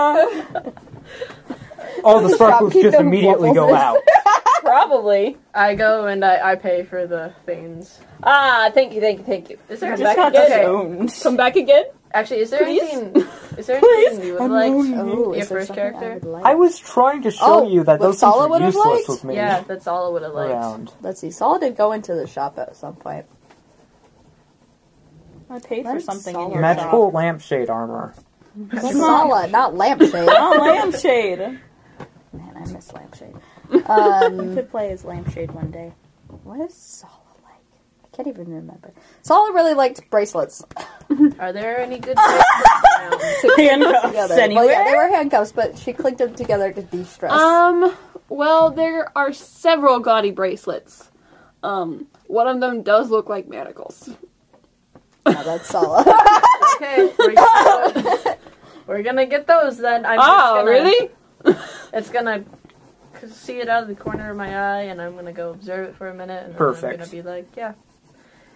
[SPEAKER 3] All the sparkles
[SPEAKER 6] Shopkeep
[SPEAKER 3] just
[SPEAKER 6] them
[SPEAKER 3] immediately go
[SPEAKER 6] waffles.
[SPEAKER 3] out.
[SPEAKER 2] Probably.
[SPEAKER 5] I go and I, I pay for the things.
[SPEAKER 2] Ah, thank you, thank you, thank you. Is there
[SPEAKER 4] I
[SPEAKER 2] a
[SPEAKER 4] just
[SPEAKER 2] back
[SPEAKER 4] got
[SPEAKER 2] again?
[SPEAKER 4] disowned.
[SPEAKER 2] Come back again?
[SPEAKER 5] Actually, is there
[SPEAKER 2] Please?
[SPEAKER 5] anything? Is there anything you would
[SPEAKER 3] I'm
[SPEAKER 5] like?
[SPEAKER 3] lonely.
[SPEAKER 6] threat. Oh,
[SPEAKER 5] Your
[SPEAKER 6] is there
[SPEAKER 5] first
[SPEAKER 6] something I
[SPEAKER 5] character?
[SPEAKER 6] would like?
[SPEAKER 3] I was trying to show
[SPEAKER 6] Oh,
[SPEAKER 3] you that
[SPEAKER 6] what
[SPEAKER 3] those
[SPEAKER 6] Sala would
[SPEAKER 3] things were
[SPEAKER 6] have
[SPEAKER 3] useless
[SPEAKER 6] liked?
[SPEAKER 3] with me
[SPEAKER 5] Yeah, that's all I would have liked.
[SPEAKER 3] around.
[SPEAKER 6] Let's see. Saul did go into the shop at some point.
[SPEAKER 4] I paid
[SPEAKER 6] Let
[SPEAKER 4] for
[SPEAKER 6] it
[SPEAKER 4] something in
[SPEAKER 6] solid.
[SPEAKER 4] your
[SPEAKER 3] Magical
[SPEAKER 4] shop.
[SPEAKER 3] lampshade armor.
[SPEAKER 6] Sala, uh, not lampshade.
[SPEAKER 4] Oh, lampshade.
[SPEAKER 6] Man, I miss lampshade. Um,
[SPEAKER 4] You could play as lampshade one day.
[SPEAKER 6] what is Sala like? I can't even remember. Sala really liked bracelets.
[SPEAKER 5] Are there any good? around?
[SPEAKER 4] Handcuffs
[SPEAKER 6] together. Well,
[SPEAKER 4] anywhere. Ah.
[SPEAKER 6] yeah, they were handcuffs, but she clicked them together to de-stress.
[SPEAKER 2] Um, well, there are several gaudy bracelets. Um, one of them does look like manacles.
[SPEAKER 6] Now that's solid.
[SPEAKER 5] Okay, we're gonna, we're gonna get those then. I'm just
[SPEAKER 2] oh,
[SPEAKER 5] gonna-
[SPEAKER 2] really?
[SPEAKER 5] It's gonna c- see it out of the corner of my eye, and I'm gonna go observe it for a minute. And then
[SPEAKER 3] Perfect.
[SPEAKER 5] I'm gonna be like, yeah,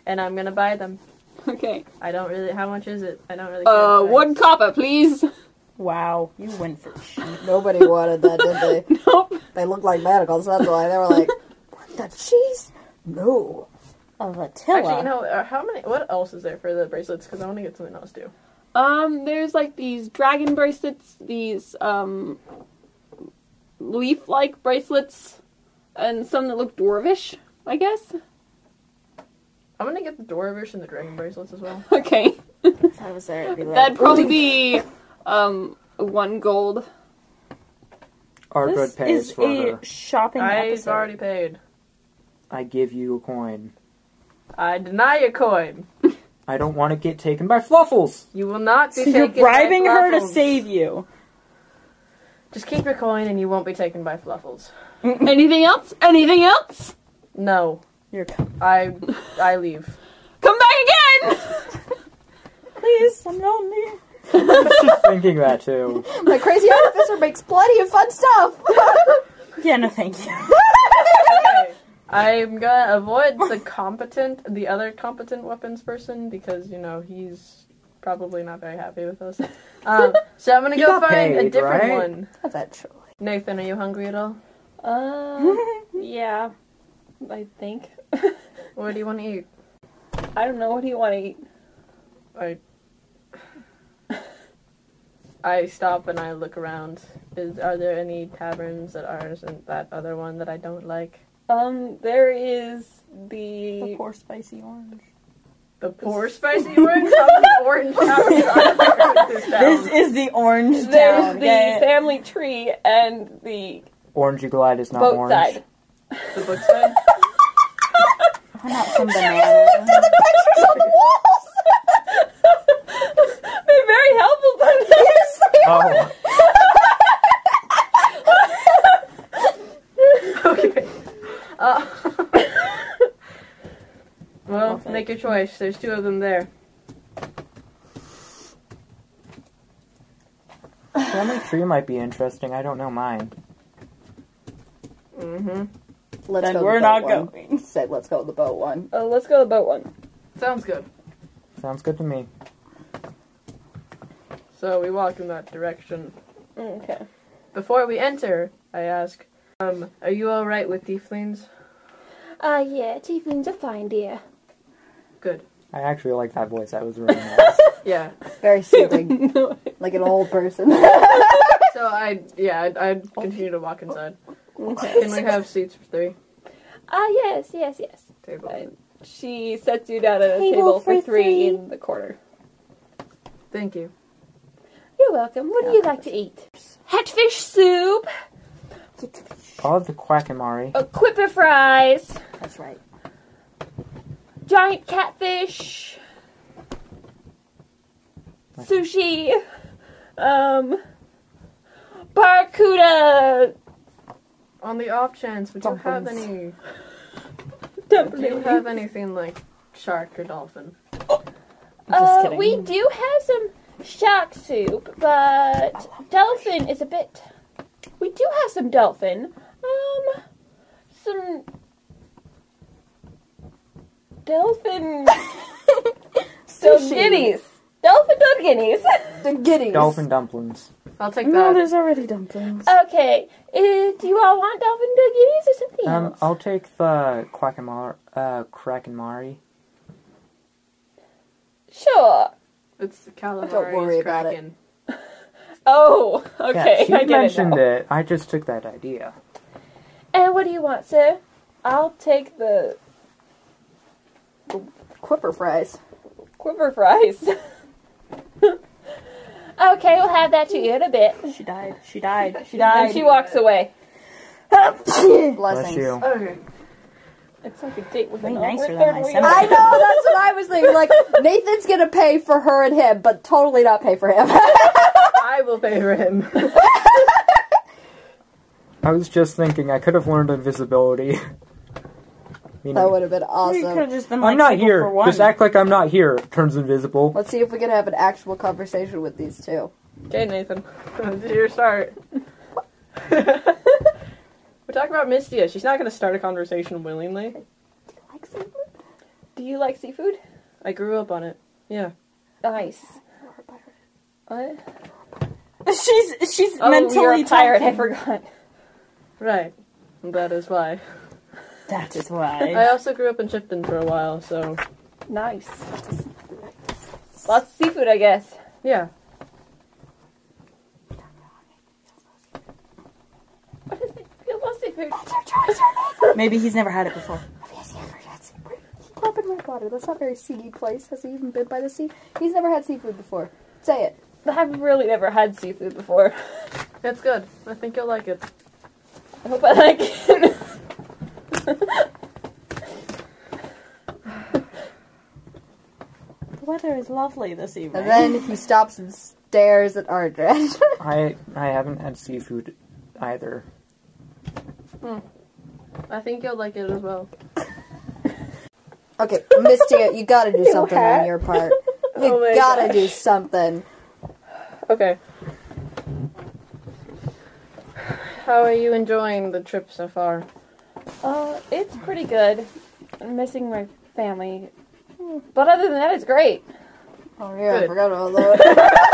[SPEAKER 5] and I'm gonna buy them.
[SPEAKER 2] Okay.
[SPEAKER 5] I don't really. How much is it? I don't really. care
[SPEAKER 2] Uh,
[SPEAKER 5] the price.
[SPEAKER 2] one copper, please.
[SPEAKER 4] Wow, you went for cheap.
[SPEAKER 6] Nobody wanted that, did they?
[SPEAKER 2] Nope.
[SPEAKER 6] They looked like manacles, that's why. They were like, what the cheese? No.
[SPEAKER 4] Of
[SPEAKER 5] Actually, you
[SPEAKER 4] Attila.
[SPEAKER 5] know, uh, how many? What else is there for the bracelets? Because I want to get something else too.
[SPEAKER 2] Um, there's like these dragon bracelets, these um leaf-like bracelets, and some that look dwarvish. I guess.
[SPEAKER 5] I'm gonna get the Dwarvish and the dragon bracelets as well.
[SPEAKER 2] Okay.
[SPEAKER 4] If I was there, it'd be
[SPEAKER 2] That'd
[SPEAKER 4] like,
[SPEAKER 2] probably be um one gold.
[SPEAKER 3] Ardred
[SPEAKER 4] this
[SPEAKER 3] pays
[SPEAKER 4] is
[SPEAKER 3] for
[SPEAKER 4] a
[SPEAKER 3] her.
[SPEAKER 4] shopping
[SPEAKER 5] I've
[SPEAKER 4] episode.
[SPEAKER 5] already paid.
[SPEAKER 3] I give you a coin.
[SPEAKER 5] I deny your coin.
[SPEAKER 3] I don't want to get taken by fluffles.
[SPEAKER 5] You will not be
[SPEAKER 4] So
[SPEAKER 5] taken.
[SPEAKER 4] you're bribing
[SPEAKER 5] by
[SPEAKER 4] her to
[SPEAKER 5] Fluffles.
[SPEAKER 4] save you.
[SPEAKER 5] Just keep your coin, and you won't be taken by fluffles.
[SPEAKER 2] Anything else? Anything else?
[SPEAKER 5] No,
[SPEAKER 4] You're
[SPEAKER 5] I I leave.
[SPEAKER 2] Come back again!
[SPEAKER 4] please. I'm lonely.
[SPEAKER 3] I was just thinking that too.
[SPEAKER 6] My crazy artificer makes plenty of fun stuff.
[SPEAKER 4] Yeah, no, thank you.
[SPEAKER 5] Okay. I'm gonna avoid the competent, the other competent weapons person because you know he's probably not very happy with us. Um, so I'm gonna
[SPEAKER 3] He
[SPEAKER 5] go
[SPEAKER 3] got
[SPEAKER 5] find a
[SPEAKER 3] paid,
[SPEAKER 5] different
[SPEAKER 3] right?
[SPEAKER 5] one.
[SPEAKER 6] Eventually.
[SPEAKER 5] Nathan, are you hungry at all?
[SPEAKER 2] Uh, yeah, I think.
[SPEAKER 5] What do you want to eat?
[SPEAKER 2] I don't know. What do you want to eat?
[SPEAKER 5] I I stop and I look around. Is, are there any taverns that ours and that other one that I don't like?
[SPEAKER 2] Um, there is the
[SPEAKER 4] The poor spicy orange.
[SPEAKER 5] The poor spicy orange, how the orange tavern are there in this town?
[SPEAKER 4] This is the orange
[SPEAKER 2] there's
[SPEAKER 4] town.
[SPEAKER 2] the
[SPEAKER 4] yeah.
[SPEAKER 2] family tree and the
[SPEAKER 3] Orangey glide is not
[SPEAKER 2] boat
[SPEAKER 3] orange.
[SPEAKER 2] side.
[SPEAKER 5] The book side?
[SPEAKER 6] Why not some banana?
[SPEAKER 4] pictures on the walls.
[SPEAKER 2] They're very helpful sometimes.
[SPEAKER 3] Oh,
[SPEAKER 5] Okay. Uh, well, make your choice. There's two of them there.
[SPEAKER 3] family tree might be interesting. I don't know mine.
[SPEAKER 5] Mm-hmm.
[SPEAKER 4] Then
[SPEAKER 1] Let's go.
[SPEAKER 4] we're
[SPEAKER 1] with that
[SPEAKER 4] not
[SPEAKER 1] one.
[SPEAKER 4] going.
[SPEAKER 1] Said let's go with the boat one.
[SPEAKER 2] Uh, let's go to the boat one.
[SPEAKER 5] Sounds good.
[SPEAKER 3] Sounds good to me.
[SPEAKER 5] So we walk in that direction.
[SPEAKER 2] Mm, Okay.
[SPEAKER 5] Before we enter, I ask, um, are you all right with tieflings?
[SPEAKER 7] Uh, yeah, tieflings are fine, dear.
[SPEAKER 5] Good.
[SPEAKER 3] I actually like that voice. That was really nice.
[SPEAKER 5] Yeah.
[SPEAKER 1] Very soothing, like an old person.
[SPEAKER 5] So I, yeah, I'd, I'd continue to walk inside. Can we have seats for three?
[SPEAKER 7] Ah, yes, yes, yes.
[SPEAKER 5] Table.
[SPEAKER 2] Right. She sets you down at a table,
[SPEAKER 7] Table
[SPEAKER 2] for
[SPEAKER 7] for
[SPEAKER 2] three,
[SPEAKER 7] three.
[SPEAKER 2] in the corner.
[SPEAKER 5] Thank you.
[SPEAKER 7] You're welcome. What do you like to eat? Hatfish soup,
[SPEAKER 3] All of the quackamari.
[SPEAKER 7] uh, quipper fries,
[SPEAKER 1] That's right.
[SPEAKER 7] giant catfish, sushi, um, barracuda.
[SPEAKER 5] On the off chance, would you have
[SPEAKER 1] Dumplings.
[SPEAKER 5] any? Do you
[SPEAKER 2] Definitely.
[SPEAKER 5] have anything like shark or dolphin?
[SPEAKER 4] Just
[SPEAKER 7] Uh,
[SPEAKER 4] kidding.
[SPEAKER 7] we do have some shark soup, but dolphin is a bit. We do have some dolphin. Um, some
[SPEAKER 2] Dolphin. Still guineas. Dolphin dog guineas.
[SPEAKER 1] The giddies.
[SPEAKER 3] Dolphin dumplings.
[SPEAKER 5] I'll take
[SPEAKER 4] No,
[SPEAKER 5] that.
[SPEAKER 4] there's already dumplings.
[SPEAKER 7] Okay. Uh, do you all want dolphin doogies or something
[SPEAKER 3] Um,
[SPEAKER 7] else?
[SPEAKER 3] I'll take the quackamari. Uh, quackamari.
[SPEAKER 2] Sure.
[SPEAKER 5] It's the calamari.
[SPEAKER 1] Don't worry
[SPEAKER 5] it's
[SPEAKER 1] about it.
[SPEAKER 5] kraken.
[SPEAKER 2] Oh,
[SPEAKER 3] yeah,
[SPEAKER 2] okay.
[SPEAKER 3] she
[SPEAKER 2] I get
[SPEAKER 3] mentioned
[SPEAKER 2] it, now.
[SPEAKER 3] it, I just took that idea.
[SPEAKER 7] and what do you want, sir?
[SPEAKER 2] I'll take the
[SPEAKER 1] Quipper fries.
[SPEAKER 2] quiver fries.
[SPEAKER 7] Okay, we'll have that to you in a bit.
[SPEAKER 4] She died. She died. She
[SPEAKER 2] and
[SPEAKER 4] died.
[SPEAKER 2] she walks away.
[SPEAKER 1] Blessings.
[SPEAKER 3] Bless you.
[SPEAKER 5] Okay.
[SPEAKER 2] It's like a date with
[SPEAKER 4] Way
[SPEAKER 2] an
[SPEAKER 4] nicer
[SPEAKER 2] awkward
[SPEAKER 4] than
[SPEAKER 2] third
[SPEAKER 4] my
[SPEAKER 2] wheel.
[SPEAKER 4] semi-
[SPEAKER 1] I know. That's what I was thinking. Like Nathan's gonna pay for her and him, but totally not pay for him.
[SPEAKER 5] I will favor him.
[SPEAKER 3] I was just thinking I could have learned invisibility. You
[SPEAKER 1] that
[SPEAKER 3] know,
[SPEAKER 1] would have been
[SPEAKER 4] You could
[SPEAKER 1] awesome.
[SPEAKER 4] have just been like,
[SPEAKER 3] I'm not
[SPEAKER 4] single
[SPEAKER 3] here.
[SPEAKER 4] For one.
[SPEAKER 3] Just act like I'm not here. Turns invisible.
[SPEAKER 1] Let's see if we can have an actual conversation with these two.
[SPEAKER 2] Okay, Nathan.
[SPEAKER 5] It's your start. We're talking about Mistia. She's not going to start a conversation willingly.
[SPEAKER 2] Do you like seafood?
[SPEAKER 5] I grew up on it. Yeah.
[SPEAKER 2] Nice. What?
[SPEAKER 4] She's she's
[SPEAKER 2] Oh, you're
[SPEAKER 4] mentally
[SPEAKER 2] a pirate. I
[SPEAKER 4] talking.
[SPEAKER 2] forgot.
[SPEAKER 5] Right. That is why.
[SPEAKER 4] That is
[SPEAKER 5] I
[SPEAKER 4] why.
[SPEAKER 5] also grew up in Shipton for a while, so
[SPEAKER 2] Nice. Lots of seafood, I guess.
[SPEAKER 5] yeah.
[SPEAKER 2] What is it? You love seafood.
[SPEAKER 4] Maybe he's never had it before.
[SPEAKER 1] Up in my water. That's not very seedy place. Has he even been by the sea? He's never had seafood before. Say it.
[SPEAKER 2] I've really never had seafood before.
[SPEAKER 5] It's good. I think you'll like it.
[SPEAKER 2] I hope I like it.
[SPEAKER 4] The weather is lovely this evening.
[SPEAKER 1] And then he stops and stares at Ardred.
[SPEAKER 3] I I haven't had seafood either.
[SPEAKER 5] I think you'll like it as well.
[SPEAKER 1] okay, Mistia, you gotta do something on
[SPEAKER 2] hat.
[SPEAKER 1] your part. You
[SPEAKER 5] Oh my
[SPEAKER 1] gotta do something.
[SPEAKER 5] Okay. How are you enjoying the trip so far?
[SPEAKER 2] uh, it's pretty good. I'm missing my family. Hmm. But other than that, it's great.
[SPEAKER 1] Oh yeah, I
[SPEAKER 5] Good.
[SPEAKER 1] forgot about that.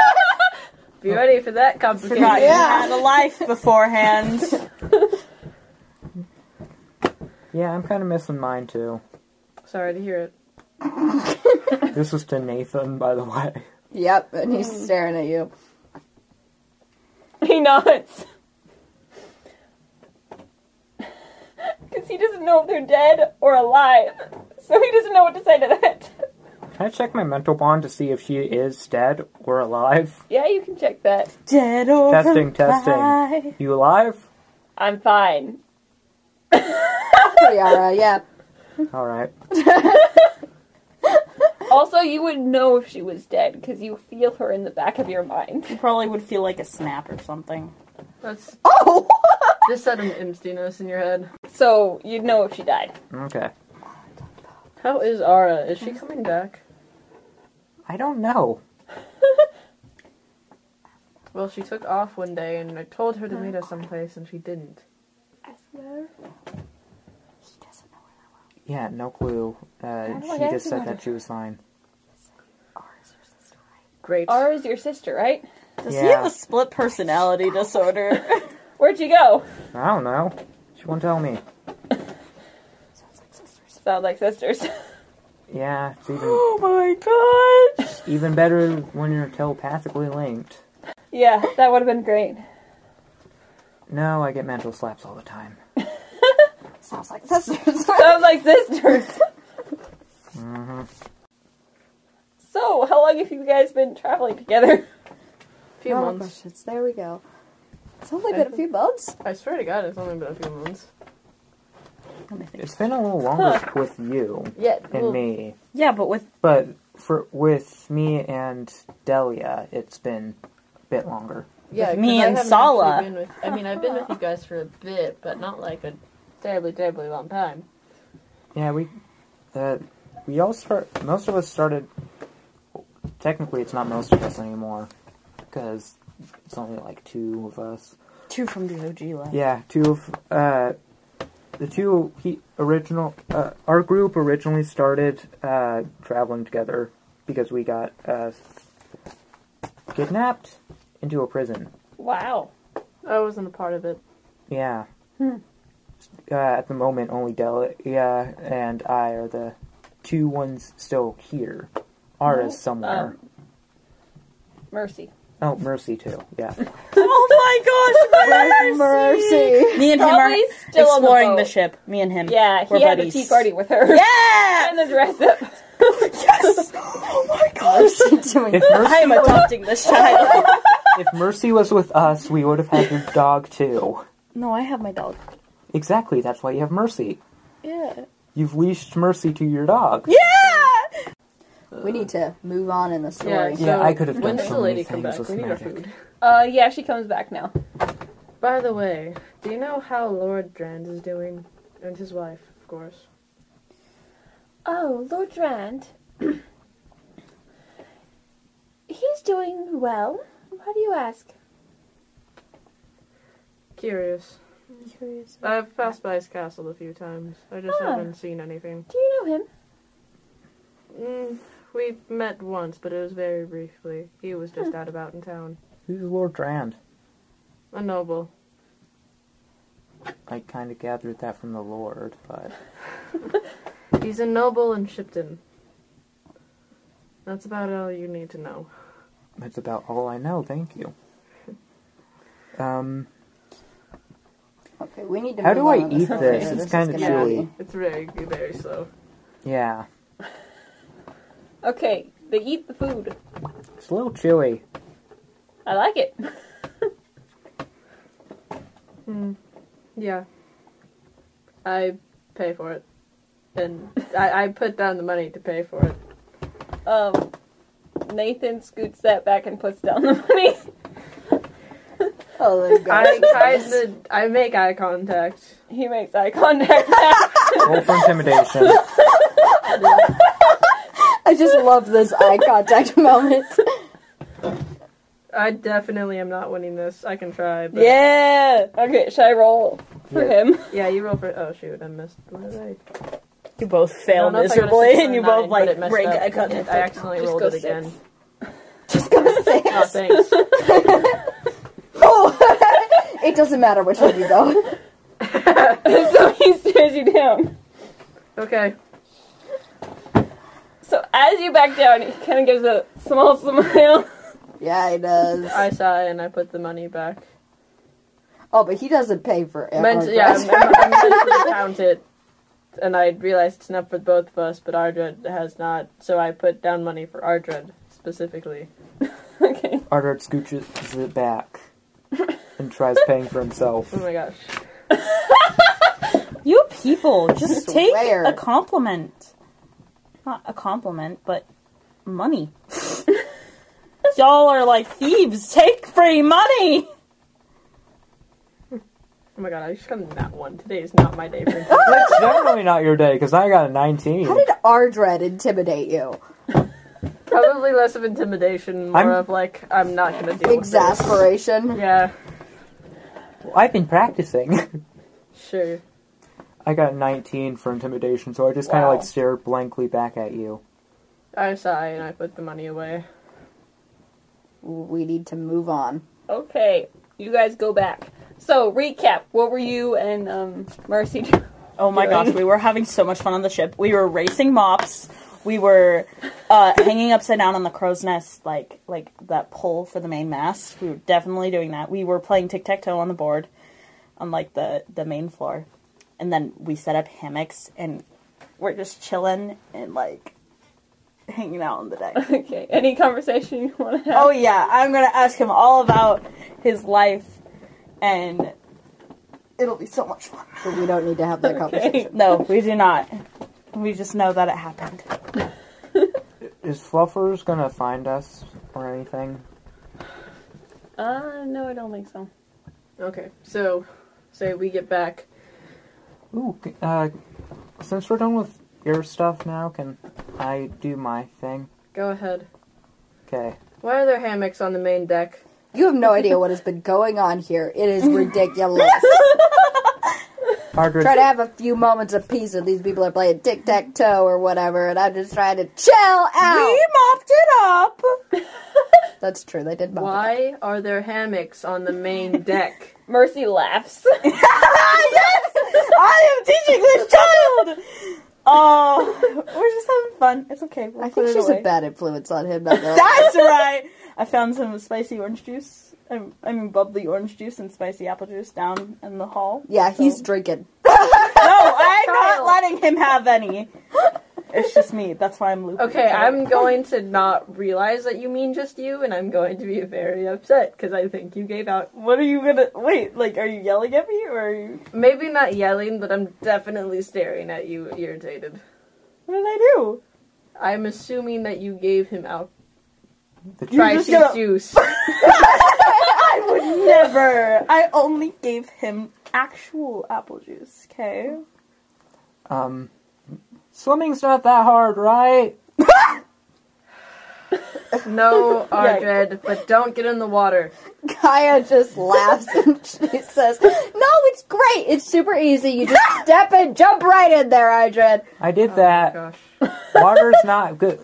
[SPEAKER 1] Oh.
[SPEAKER 5] Be ready for that
[SPEAKER 4] Forgot
[SPEAKER 5] complication.
[SPEAKER 4] you
[SPEAKER 1] Yeah.
[SPEAKER 4] had a life beforehand.
[SPEAKER 3] Yeah, I'm kind of missing mine too.
[SPEAKER 5] Sorry to hear it.
[SPEAKER 3] This was to Nathan, by the way.
[SPEAKER 5] Mm.
[SPEAKER 1] yep, and he's staring at you.
[SPEAKER 2] peanuts. Because he doesn't know if they're dead or alive. So he doesn't know what to say to that.
[SPEAKER 3] Can I check my mental bond to see if she is dead or alive?
[SPEAKER 2] Yeah, you can check that.
[SPEAKER 4] Dead or
[SPEAKER 3] Testing, testing.
[SPEAKER 4] alive.
[SPEAKER 3] You alive?
[SPEAKER 2] I'm fine.
[SPEAKER 1] Priara, yeah.
[SPEAKER 3] All right.
[SPEAKER 2] Also, you would know if she was dead because you feel her in the back of your mind.
[SPEAKER 4] You probably would feel like a snap or something.
[SPEAKER 5] That's
[SPEAKER 4] Oh!
[SPEAKER 5] just said an emptiness in your head.
[SPEAKER 2] So you'd know if she died.
[SPEAKER 3] Okay.
[SPEAKER 5] How is Ara? Is she coming back?
[SPEAKER 3] I don't know.
[SPEAKER 5] Well, she took off one day, and I told her to meet us someplace, and she didn't.
[SPEAKER 3] Yeah, no clue. Uh, she just said that she was fine.
[SPEAKER 5] Great.
[SPEAKER 2] Ara is your sister, right?
[SPEAKER 4] Does he
[SPEAKER 3] Yeah.
[SPEAKER 4] have a split personality disorder?
[SPEAKER 2] Where'd you go?
[SPEAKER 3] I don't know. She won't tell me.
[SPEAKER 2] Sound like sisters.
[SPEAKER 3] Yeah, it's even
[SPEAKER 4] oh my gosh!
[SPEAKER 3] even better when you're telepathically linked.
[SPEAKER 2] yeah, that would have been great.
[SPEAKER 3] No, I get mental slaps all the time.
[SPEAKER 6] Sounds like sisters.
[SPEAKER 2] Sounds like sisters.
[SPEAKER 3] Mm-hmm.
[SPEAKER 2] So, how long have you guys been traveling together?
[SPEAKER 5] few
[SPEAKER 1] No more
[SPEAKER 5] months.
[SPEAKER 1] questions. There we go. It's only been a few months.
[SPEAKER 5] I swear to God, it's only been a few months.
[SPEAKER 3] It's been a little longer with you
[SPEAKER 5] Yeah.
[SPEAKER 3] and me,
[SPEAKER 4] Yeah, but with
[SPEAKER 3] but for with me and Delia, it's been a bit longer.
[SPEAKER 5] yeah,
[SPEAKER 4] me
[SPEAKER 5] 'cause I
[SPEAKER 4] and
[SPEAKER 5] haven't
[SPEAKER 4] Sala.
[SPEAKER 5] actually been with- I mean, I've been with you guys for a bit, but not like a terribly, terribly long time.
[SPEAKER 3] Yeah, we uh, we all start. Most of us started. Technically, it's not most of us anymore because it's only like two of us.
[SPEAKER 4] two from the OG left.
[SPEAKER 3] Yeah, two of uh, the two he original uh, our group originally started uh, traveling together because we got uh, kidnapped into a prison.
[SPEAKER 2] Wow.
[SPEAKER 5] I wasn't a part of it.
[SPEAKER 3] Yeah.
[SPEAKER 4] Hmm.
[SPEAKER 3] Uh, at the moment, only Delia and I are the two ones still here.
[SPEAKER 4] Oh,
[SPEAKER 3] Ara's somewhere.
[SPEAKER 4] um.
[SPEAKER 2] Mercy.
[SPEAKER 3] oh, Mercy too. Yeah.
[SPEAKER 4] Oh my gosh!
[SPEAKER 1] Mercy.
[SPEAKER 4] Me and him are
[SPEAKER 2] Probably still on
[SPEAKER 4] exploring
[SPEAKER 2] the,
[SPEAKER 4] the,
[SPEAKER 2] boat.
[SPEAKER 4] ship. Me and him.
[SPEAKER 2] Yeah, he
[SPEAKER 4] We're
[SPEAKER 2] had
[SPEAKER 4] buddies.
[SPEAKER 2] the tea party with her.
[SPEAKER 4] Yeah!
[SPEAKER 2] And the dress up.
[SPEAKER 4] Yes! Oh my gosh!
[SPEAKER 1] Mercy doing
[SPEAKER 3] If
[SPEAKER 1] it.
[SPEAKER 4] I
[SPEAKER 3] Mercy,
[SPEAKER 4] am adopting this child.
[SPEAKER 3] if Mercy was with us, we would have had your dog too.
[SPEAKER 4] no, I have my dog.
[SPEAKER 3] Exactly. That's why you have Mercy.
[SPEAKER 4] Yeah.
[SPEAKER 3] You've leashed Mercy to your dog.
[SPEAKER 4] Yeah!
[SPEAKER 1] We need to move on in the story.
[SPEAKER 3] Yeah,
[SPEAKER 5] so
[SPEAKER 3] I could have
[SPEAKER 5] When
[SPEAKER 3] done
[SPEAKER 5] does
[SPEAKER 3] so
[SPEAKER 5] the
[SPEAKER 3] many
[SPEAKER 5] lady come
[SPEAKER 3] things
[SPEAKER 5] back?
[SPEAKER 3] with
[SPEAKER 5] We need our
[SPEAKER 3] magic.
[SPEAKER 5] food.
[SPEAKER 2] Uh, yeah, she comes back now.
[SPEAKER 5] By the way, do you know how Lord Drand is doing? And his wife, of course.
[SPEAKER 7] Oh, Lord Rand. He's doing well. Why do you ask?
[SPEAKER 5] Curious.
[SPEAKER 7] Curious.
[SPEAKER 5] I've passed by his castle a few times. I just
[SPEAKER 7] Ah.
[SPEAKER 5] haven't seen anything.
[SPEAKER 7] Do you know him?
[SPEAKER 5] Mm, we met once, but it was very briefly. He was just out about in town.
[SPEAKER 3] Who's Lord Drand?
[SPEAKER 5] A noble.
[SPEAKER 3] I kind of gathered that from the Lord, but
[SPEAKER 5] He's a noble in Shipton. That's about all you need to know.
[SPEAKER 3] that's about all I know. Thank you. Um,
[SPEAKER 1] Okay, we need to
[SPEAKER 3] How
[SPEAKER 1] move on
[SPEAKER 3] do I
[SPEAKER 1] in the
[SPEAKER 3] eat
[SPEAKER 1] story.
[SPEAKER 3] this? It's
[SPEAKER 1] is
[SPEAKER 3] kinda
[SPEAKER 1] gonna
[SPEAKER 3] chewy.
[SPEAKER 1] be-
[SPEAKER 5] It's very, very slow.
[SPEAKER 3] yeah,
[SPEAKER 2] Okay, they eat the food.
[SPEAKER 3] it's a little chilly.
[SPEAKER 2] I like it.
[SPEAKER 5] Hmm. Yeah. I pay for it. And I, I put down the money to pay for it.
[SPEAKER 2] Um, Nathan scoots that back and puts down the money.
[SPEAKER 1] Oh, there you go.
[SPEAKER 5] I kind of I make eye contact.
[SPEAKER 2] He makes eye contact.
[SPEAKER 3] Roll for intimidation.
[SPEAKER 1] I just love this eye contact moment.
[SPEAKER 5] I definitely am not winning this. I can try, but
[SPEAKER 2] yeah. Okay, should I roll for
[SPEAKER 3] Yeah.
[SPEAKER 2] him?
[SPEAKER 5] yeah, you roll for. Oh shoot, I missed. What did I?
[SPEAKER 4] You both fail
[SPEAKER 5] I don't know if I got a
[SPEAKER 4] miserably,
[SPEAKER 5] six or
[SPEAKER 4] and you
[SPEAKER 5] a nine,
[SPEAKER 4] both
[SPEAKER 5] but
[SPEAKER 4] like
[SPEAKER 5] it messed
[SPEAKER 4] break
[SPEAKER 5] up.
[SPEAKER 4] eye contact.
[SPEAKER 5] I accidentally
[SPEAKER 2] Just
[SPEAKER 5] rolled
[SPEAKER 2] go
[SPEAKER 5] it
[SPEAKER 2] six.
[SPEAKER 5] again.
[SPEAKER 1] just gonna say,
[SPEAKER 5] Oh, thanks.
[SPEAKER 1] oh, it doesn't matter which one you go.
[SPEAKER 2] so he stares you down.
[SPEAKER 5] Okay.
[SPEAKER 2] So as you back down, he kind of gives a small smile.
[SPEAKER 1] Yeah, it does.
[SPEAKER 5] I sigh and I put the money back
[SPEAKER 8] Oh, but he doesn't pay for it.
[SPEAKER 5] Meant, yeah, I'm, I'm mentally counted, and I realized it's not for both of us, but Ardred has not, so I put down money for Ardred specifically.
[SPEAKER 2] okay.
[SPEAKER 3] Ardard scooches it back and tries paying for himself.
[SPEAKER 5] Oh my gosh.
[SPEAKER 4] You people, just take
[SPEAKER 8] Swear.
[SPEAKER 4] a compliment. Not a compliment, but money. Y'all are like thieves. Take free money.
[SPEAKER 5] Oh my god, I just got a nat one. Today is not my day for
[SPEAKER 3] That's definitely not your day because I got a 19.
[SPEAKER 8] How did Ardred intimidate you?
[SPEAKER 5] Probably less of intimidation, more
[SPEAKER 3] I'm-
[SPEAKER 5] of like, I'm not gonna deal with
[SPEAKER 8] Exasperation.
[SPEAKER 5] this. Yeah,
[SPEAKER 3] I've been practicing.
[SPEAKER 5] sure.
[SPEAKER 3] I got a 19 for intimidation, so I just kind of
[SPEAKER 2] Wow.
[SPEAKER 3] like stare blankly back at you.
[SPEAKER 5] I sigh and I put the money away.
[SPEAKER 8] We need to move on.
[SPEAKER 2] Okay. You guys go back. So recap. What were you and um, Mercy doing?
[SPEAKER 4] Oh my gosh, we were having so much fun on the ship. We were racing mops. We were uh, hanging upside down on the crow's nest, like like that pole for the main mast. We were definitely doing that. We were playing tic tac toe on the board, on like the the main floor, and then we set up hammocks and we're just chilling and like hanging out on the deck.
[SPEAKER 2] Okay. Any conversation you want to have?
[SPEAKER 4] oh yeah, I'm gonna ask him all about his life, and it'll be so much fun.
[SPEAKER 8] But we don't need to have that conversation.
[SPEAKER 4] No, we do not. We just know that it happened.
[SPEAKER 3] Is Fluffers gonna find us or anything?
[SPEAKER 2] Uh, no, I don't think so.
[SPEAKER 5] Okay, so, say we get back.
[SPEAKER 3] Ooh, c- uh, since we're done with your stuff now, can I do my thing?
[SPEAKER 5] Go ahead.
[SPEAKER 3] Okay.
[SPEAKER 5] Why are there hammocks on the main deck?
[SPEAKER 8] You have no idea what has been going on here. It is ridiculous.
[SPEAKER 3] Ardred,
[SPEAKER 8] Try to have a few moments of peace, and these people are playing tic tac toe or whatever, and I'm just trying to chill out.
[SPEAKER 4] We mopped it up.
[SPEAKER 8] That's true. They did. bump it.
[SPEAKER 5] Why are there hammocks on the main deck?
[SPEAKER 2] Mercy laughs.
[SPEAKER 4] yes, I am teaching this child. Oh, we're just having fun. It's okay. We'll
[SPEAKER 8] I
[SPEAKER 4] put
[SPEAKER 8] think
[SPEAKER 4] it
[SPEAKER 8] she's
[SPEAKER 4] away.
[SPEAKER 8] a bad influence on him. Not really.
[SPEAKER 4] That's right. I found some spicy orange juice. I I mean, bubbly orange juice and spicy apple juice down in the hall.
[SPEAKER 8] yeah, he's
[SPEAKER 4] So-
[SPEAKER 8] drinking.
[SPEAKER 4] no. I'm not letting him have any. It's just me. That's why I'm looping.
[SPEAKER 5] Okay,
[SPEAKER 4] Sorry.
[SPEAKER 5] I'm going to not realize that you mean just you, and I'm going to be very upset because I think you gave out.
[SPEAKER 4] What are you gonna wait? Like, are you yelling at me or are you?
[SPEAKER 5] Maybe not yelling, but I'm definitely staring at you, irritated.
[SPEAKER 4] What did I do?
[SPEAKER 5] I'm assuming that you gave him out.
[SPEAKER 3] the
[SPEAKER 4] You're
[SPEAKER 5] Try
[SPEAKER 4] just
[SPEAKER 5] to
[SPEAKER 4] gonna-
[SPEAKER 5] juice.
[SPEAKER 4] I would never. I only gave him actual apple juice. Okay.
[SPEAKER 3] Um, swimming's not that hard, right?
[SPEAKER 5] no, Ardred, but don't get in the water.
[SPEAKER 8] Kaya just laughs and she says, "No, it's great. It's super easy. You just step in, jump right in there, Idred."
[SPEAKER 3] I did
[SPEAKER 5] Oh my
[SPEAKER 3] that.
[SPEAKER 5] gosh.
[SPEAKER 3] Water's not good.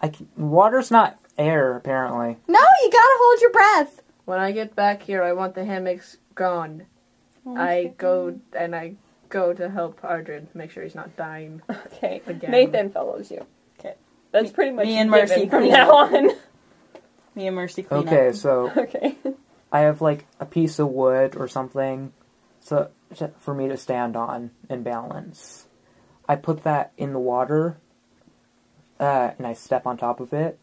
[SPEAKER 3] I c- water's not air, apparently.
[SPEAKER 8] No, you gotta hold your breath.
[SPEAKER 5] When I get back here, I want the hammocks gone. I go and I go to help Ardred make sure he's not dying.
[SPEAKER 2] Okay.
[SPEAKER 5] Again.
[SPEAKER 2] Nathan follows you.
[SPEAKER 4] Okay.
[SPEAKER 2] That's pretty much
[SPEAKER 4] me and
[SPEAKER 2] given
[SPEAKER 4] Mercy
[SPEAKER 2] from
[SPEAKER 4] clean
[SPEAKER 2] now
[SPEAKER 4] up.
[SPEAKER 2] on.
[SPEAKER 4] Me and Mercy clean
[SPEAKER 3] Okay,
[SPEAKER 4] up.
[SPEAKER 3] so
[SPEAKER 2] okay.
[SPEAKER 3] I have like a piece of wood or something, so to- for me to stand on and balance. I put that in the water, uh, and I step on top of it,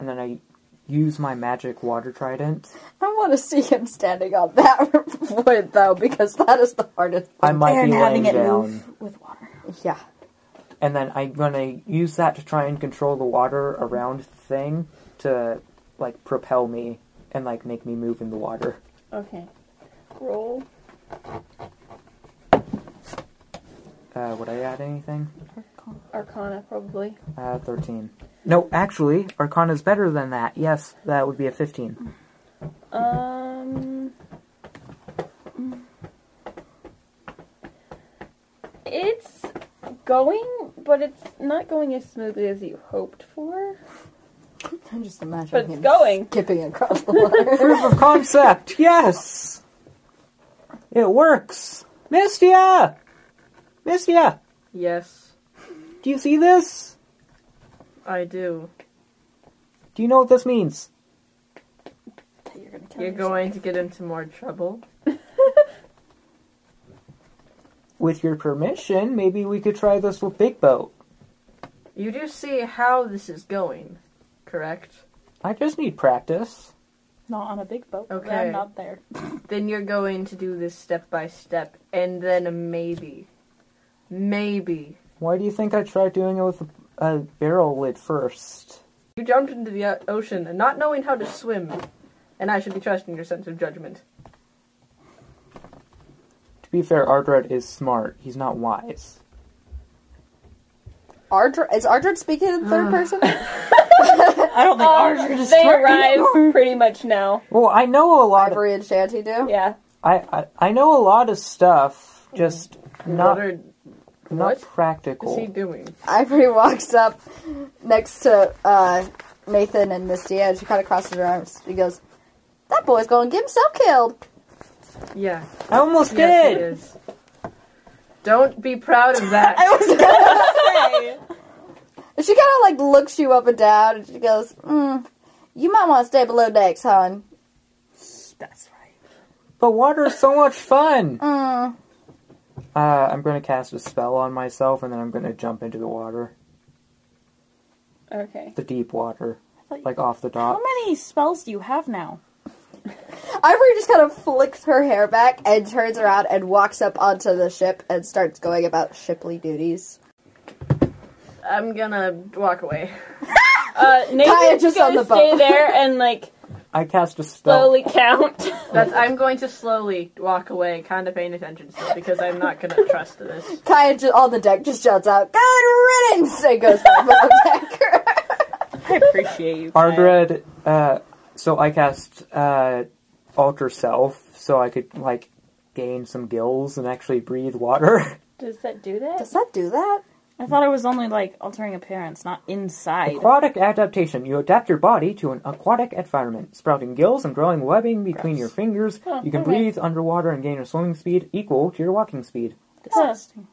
[SPEAKER 3] and then I use my magic water trident.
[SPEAKER 8] I want to see him standing on that wood though, because that is the hardest.
[SPEAKER 3] I might
[SPEAKER 4] and
[SPEAKER 3] be
[SPEAKER 4] having
[SPEAKER 3] laying
[SPEAKER 4] it
[SPEAKER 3] down,
[SPEAKER 4] move with water.
[SPEAKER 8] Yeah,
[SPEAKER 3] and then I'm gonna use that to try and control the water around the thing to like propel me and like make me move in the water.
[SPEAKER 4] Okay.
[SPEAKER 2] Roll.
[SPEAKER 3] Uh, would I add anything?
[SPEAKER 2] Arcana, probably.
[SPEAKER 3] Uh, 13. No, actually, Arcana's better than that. Yes, that would be a 15.
[SPEAKER 2] Um. It's going, but it's not going as smoothly as you hoped for.
[SPEAKER 8] I'm just imagining
[SPEAKER 2] But it's
[SPEAKER 8] him
[SPEAKER 2] going.
[SPEAKER 8] skipping across the water.
[SPEAKER 3] Proof of concept! Yes! It works! Mistia! Mistia!
[SPEAKER 5] Yes,
[SPEAKER 3] Do you see this?
[SPEAKER 5] I do.
[SPEAKER 3] Do you know what this means?
[SPEAKER 4] You're gonna kill
[SPEAKER 5] You're going to get into more trouble.
[SPEAKER 3] with your permission, maybe we could try this with Big Boat.
[SPEAKER 5] You do see how this is going, correct?
[SPEAKER 3] I just need practice.
[SPEAKER 4] Not on a big boat.
[SPEAKER 5] Okay.
[SPEAKER 4] I'm not there.
[SPEAKER 5] Then you're going to do this step by step, and then a maybe. Maybe.
[SPEAKER 3] Why do you think I tried doing it with a, a barrel lid first?
[SPEAKER 5] You jumped into the uh, ocean and not knowing how to swim, and I should be trusting your sense of judgment.
[SPEAKER 3] To be fair, Ardred is smart. He's not wise.
[SPEAKER 8] Ardred, is Ardred speaking in third person?
[SPEAKER 4] I don't think ours are just
[SPEAKER 2] Uh, They arrive pretty much now.
[SPEAKER 3] Well, I know a lot. Of,
[SPEAKER 8] Ivory and Shanty do.
[SPEAKER 2] Yeah.
[SPEAKER 3] I, I I know a lot of stuff. Just not
[SPEAKER 5] what, are,
[SPEAKER 3] not
[SPEAKER 5] what
[SPEAKER 3] practical.
[SPEAKER 5] is he doing?
[SPEAKER 8] Ivory walks up next to uh, Nathan and Misty, and she kind of crosses her arms. She goes, "That boy's gonna get himself killed."
[SPEAKER 5] Yeah.
[SPEAKER 3] I almost
[SPEAKER 5] Yes, it
[SPEAKER 3] did.
[SPEAKER 5] is. Don't be proud of that.
[SPEAKER 8] And she kind of like looks you up and down, and she goes, mm, "You might want to stay below decks, hon."
[SPEAKER 4] That's right.
[SPEAKER 3] But water is so much fun.
[SPEAKER 8] Mm.
[SPEAKER 3] Uh, I'm going to cast a spell on myself, and then I'm going to jump into the water,
[SPEAKER 2] Okay.
[SPEAKER 3] the deep water,
[SPEAKER 4] thought you-
[SPEAKER 3] like off the dock.
[SPEAKER 4] How many spells do you have now?
[SPEAKER 8] Ivory just kind of flicks her hair back and turns around and walks up onto the ship and starts going about shiply duties.
[SPEAKER 5] I'm gonna walk away.
[SPEAKER 2] Uh, Nathan's
[SPEAKER 8] just on
[SPEAKER 2] gonna
[SPEAKER 8] the boat.
[SPEAKER 2] stay there and like
[SPEAKER 3] I cast a spell.
[SPEAKER 2] slowly count.
[SPEAKER 5] That's, I'm going to slowly walk away, kind of paying attention still, because I'm not gonna trust this.
[SPEAKER 8] Kaya ju- on the deck just shouts out, "Good riddance!" and goes back below deck.
[SPEAKER 4] I appreciate you. Kaya.
[SPEAKER 3] Ardred, uh, so I cast uh, Alter Self so I could like gain some gills and actually breathe water.
[SPEAKER 2] Does that do that?
[SPEAKER 8] Does that do that?
[SPEAKER 4] I thought it was only like altering appearance, not inside.
[SPEAKER 3] aquatic adaptation. You adapt your body to an aquatic environment, sprouting gills and growing webbing between your fingers.
[SPEAKER 2] Oh,
[SPEAKER 3] you can
[SPEAKER 2] okay.
[SPEAKER 3] breathe underwater and gain a swimming speed equal to your walking speed.
[SPEAKER 4] Disgusting.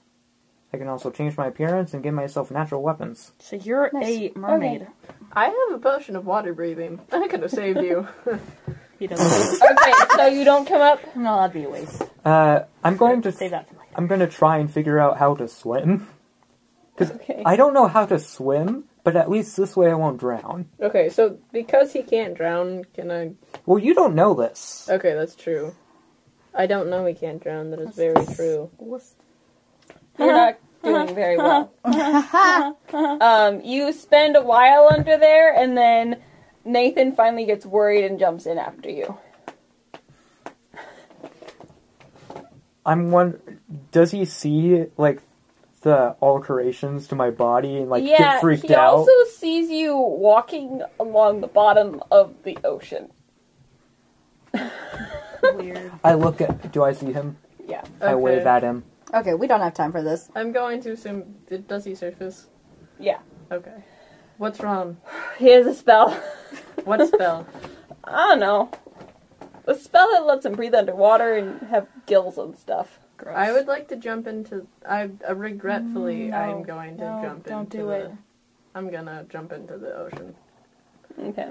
[SPEAKER 3] I can also change my appearance and give myself natural weapons.
[SPEAKER 4] So you're a mermaid.
[SPEAKER 5] I have a potion of water breathing. I could have saved you.
[SPEAKER 4] He doesn't.
[SPEAKER 2] okay, so you don't come up.
[SPEAKER 4] no, that'd be a waste.
[SPEAKER 3] Uh, I'm going to
[SPEAKER 4] Save that for later.
[SPEAKER 3] I'm going to try and figure out how to swim.
[SPEAKER 2] Okay.
[SPEAKER 3] I don't know how to swim, but at least this way I won't drown.
[SPEAKER 5] Okay, so because he can't drown, can I?
[SPEAKER 3] Well, you don't know this.
[SPEAKER 5] Okay, that's true. I don't know he can't drown. That is very true.
[SPEAKER 2] You're not doing very well. um, you spend a while under there, and then Nathan finally gets worried and jumps in after you.
[SPEAKER 3] I'm one. Does he see like the alterations to my body and like
[SPEAKER 2] yeah,
[SPEAKER 3] get freaked
[SPEAKER 2] he
[SPEAKER 3] out?
[SPEAKER 2] also sees you walking along the bottom of the ocean.
[SPEAKER 4] Weird.
[SPEAKER 3] I look at. Do I see him?
[SPEAKER 2] Yeah.
[SPEAKER 3] I wave
[SPEAKER 5] Okay.
[SPEAKER 3] at him.
[SPEAKER 8] Okay, we don't have time for this.
[SPEAKER 5] I'm going to assume. Did, does he surface?
[SPEAKER 2] Yeah.
[SPEAKER 5] Okay. What's wrong?
[SPEAKER 2] He has a spell.
[SPEAKER 5] What spell?
[SPEAKER 2] I don't know. A spell that lets him breathe underwater and have gills and stuff.
[SPEAKER 5] I would like to jump into. I uh, regretfully, I am going to
[SPEAKER 4] Mm, no,
[SPEAKER 5] jump
[SPEAKER 4] don't
[SPEAKER 5] into.
[SPEAKER 4] do
[SPEAKER 5] the,
[SPEAKER 4] it.
[SPEAKER 5] I'm gonna jump into the ocean.
[SPEAKER 2] Okay.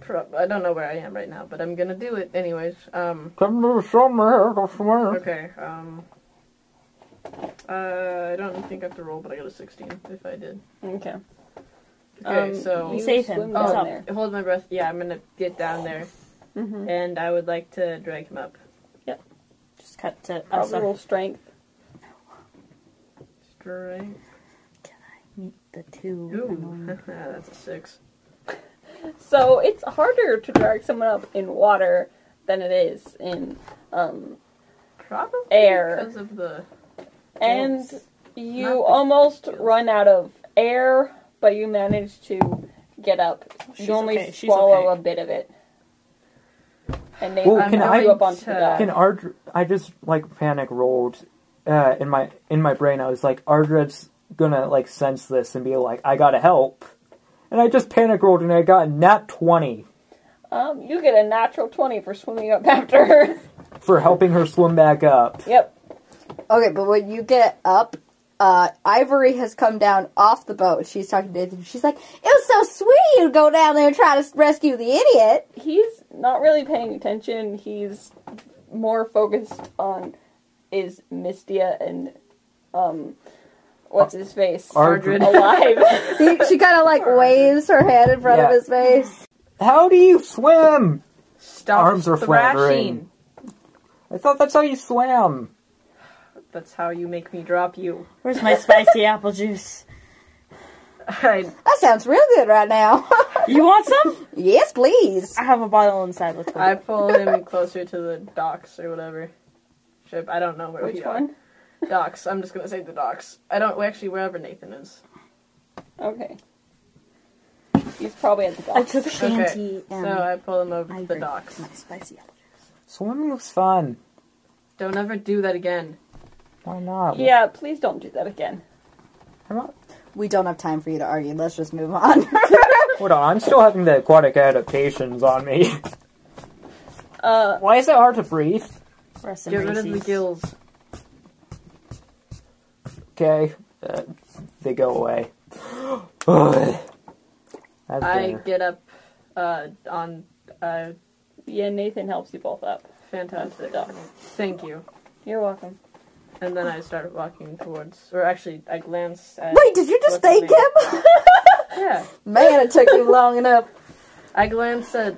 [SPEAKER 5] Pro- I don't know where I am right now, but I'm gonna do it anyways. Um.
[SPEAKER 3] Come to somewhere to swim.
[SPEAKER 5] Okay. Um. Uh, I don't think I have to roll, but I got a 16 if I did.
[SPEAKER 2] Okay.
[SPEAKER 5] Okay,
[SPEAKER 2] Um,
[SPEAKER 5] so oh,
[SPEAKER 4] you save him.
[SPEAKER 2] swim
[SPEAKER 4] That's
[SPEAKER 2] down
[SPEAKER 4] all.
[SPEAKER 2] there.
[SPEAKER 5] Hold my breath. Yeah, I'm gonna get down there,
[SPEAKER 4] Mm-hmm.
[SPEAKER 2] Mhm.
[SPEAKER 5] and I would like to drag him up.
[SPEAKER 4] Just cut to oh, us.
[SPEAKER 2] Probably roll strength.
[SPEAKER 5] Strength.
[SPEAKER 4] Meet the two.
[SPEAKER 5] Ooh,
[SPEAKER 4] annoying-
[SPEAKER 5] that's a six.
[SPEAKER 2] So it's harder to drag someone up in water than it is in um
[SPEAKER 5] Probably
[SPEAKER 2] Air.
[SPEAKER 5] because of the.
[SPEAKER 2] and
[SPEAKER 5] Gills.
[SPEAKER 2] you
[SPEAKER 5] Not the
[SPEAKER 2] almost
[SPEAKER 5] gills.
[SPEAKER 2] run out of air, but you manage to get up.
[SPEAKER 4] She's
[SPEAKER 2] you only
[SPEAKER 4] okay, she's
[SPEAKER 2] swallow
[SPEAKER 4] okay.
[SPEAKER 2] a bit of it. And they
[SPEAKER 3] Well,
[SPEAKER 2] pull
[SPEAKER 3] can I-
[SPEAKER 2] you up onto the dock.
[SPEAKER 3] Can Ard? I just like panic rolled. Uh, in my in my brain, I was like, Ardred's gonna like sense this and be like, I gotta help. And I just panic rolled and I got a nat twenty
[SPEAKER 2] Um, you get a natural twenty for swimming up after her.
[SPEAKER 3] for helping her swim back up.
[SPEAKER 2] yep.
[SPEAKER 8] Okay, but when you get up, uh, Ivory has come down off the boat. She's talking to Nathan. She's like, "It was so sweet you to go down there and try to rescue the idiot."
[SPEAKER 2] he's not really paying attention. He's more focused on is Mistia and um, what's his face
[SPEAKER 3] Ardred.
[SPEAKER 2] alive?
[SPEAKER 8] She, she kind of like waves her hand in front of
[SPEAKER 3] Yeah.
[SPEAKER 8] his face.
[SPEAKER 3] How do you swim?
[SPEAKER 5] Stop
[SPEAKER 3] Arms are
[SPEAKER 5] thrashing.
[SPEAKER 3] floundering. I thought that's how you swam.
[SPEAKER 5] That's how you make me drop you.
[SPEAKER 4] Where's my spicy apple juice?
[SPEAKER 5] I,
[SPEAKER 8] That sounds real good right now.
[SPEAKER 4] You want some?
[SPEAKER 8] yes, please.
[SPEAKER 4] I have a bottle inside. Let's go.
[SPEAKER 5] I pull him closer to the docks or whatever. Ship. I don't know where we
[SPEAKER 2] Which one?
[SPEAKER 5] are. Docks. I'm just gonna say the docks. I don't well, actually wherever Nathan is.
[SPEAKER 2] Okay. He's probably at the
[SPEAKER 4] I
[SPEAKER 2] dock.
[SPEAKER 4] took shanty and
[SPEAKER 5] So I pull him over
[SPEAKER 4] I
[SPEAKER 5] to the
[SPEAKER 4] drink
[SPEAKER 5] docks.
[SPEAKER 4] my spicy apple.
[SPEAKER 3] Swimming was fun.
[SPEAKER 5] Don't ever do that again.
[SPEAKER 3] Why not?
[SPEAKER 2] Yeah, please don't do that again.
[SPEAKER 3] I'm not-
[SPEAKER 8] We don't have time for you to argue. Let's just move on.
[SPEAKER 3] Hold on, I'm still having the aquatic adaptations on me.
[SPEAKER 2] Uh,
[SPEAKER 3] Why is it hard to breathe?
[SPEAKER 4] juice. Rest in
[SPEAKER 5] Get rid of the
[SPEAKER 4] peace.
[SPEAKER 5] gills.
[SPEAKER 3] Okay, uh, they go away. Ugh. That's
[SPEAKER 5] I
[SPEAKER 3] dinner.
[SPEAKER 5] get up uh, on uh,
[SPEAKER 2] yeah, Nathan helps you both up.
[SPEAKER 5] fantastic.
[SPEAKER 2] Dock.
[SPEAKER 5] Thank you.
[SPEAKER 2] You're welcome.
[SPEAKER 5] And then I start walking towards, or actually, I glance at.
[SPEAKER 8] Wait, did you just
[SPEAKER 5] what's his
[SPEAKER 8] thank
[SPEAKER 5] name?
[SPEAKER 8] him?
[SPEAKER 5] Yeah.
[SPEAKER 8] Man, it took you long enough.
[SPEAKER 5] I glance at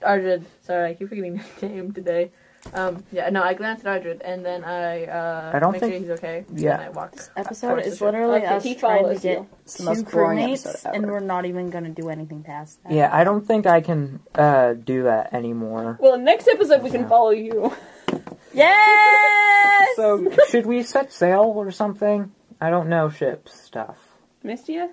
[SPEAKER 5] Ardred. Sorry, I keep forgetting his name today. Um, yeah, no, I glance at Ardred, and then I uh,
[SPEAKER 3] I don't
[SPEAKER 5] make sure
[SPEAKER 3] think-
[SPEAKER 5] he's okay.
[SPEAKER 3] yeah.
[SPEAKER 5] And I walk.
[SPEAKER 4] Episode
[SPEAKER 5] Towards the
[SPEAKER 4] is
[SPEAKER 5] ship.
[SPEAKER 4] literally
[SPEAKER 2] Okay,
[SPEAKER 4] us
[SPEAKER 2] he
[SPEAKER 4] trying to
[SPEAKER 2] follows
[SPEAKER 4] get
[SPEAKER 2] you.
[SPEAKER 8] It's the most
[SPEAKER 4] two
[SPEAKER 8] boring
[SPEAKER 4] crewmates,
[SPEAKER 8] episode
[SPEAKER 4] and
[SPEAKER 8] ever.
[SPEAKER 4] we're not even going to do anything past that.
[SPEAKER 3] Yeah, I don't think I can uh, do that anymore.
[SPEAKER 2] Well, next episode we can
[SPEAKER 3] Yeah.
[SPEAKER 2] follow you.
[SPEAKER 4] Yes.
[SPEAKER 3] So, should we set sail or something? I don't know ship stuff.
[SPEAKER 2] Mistia?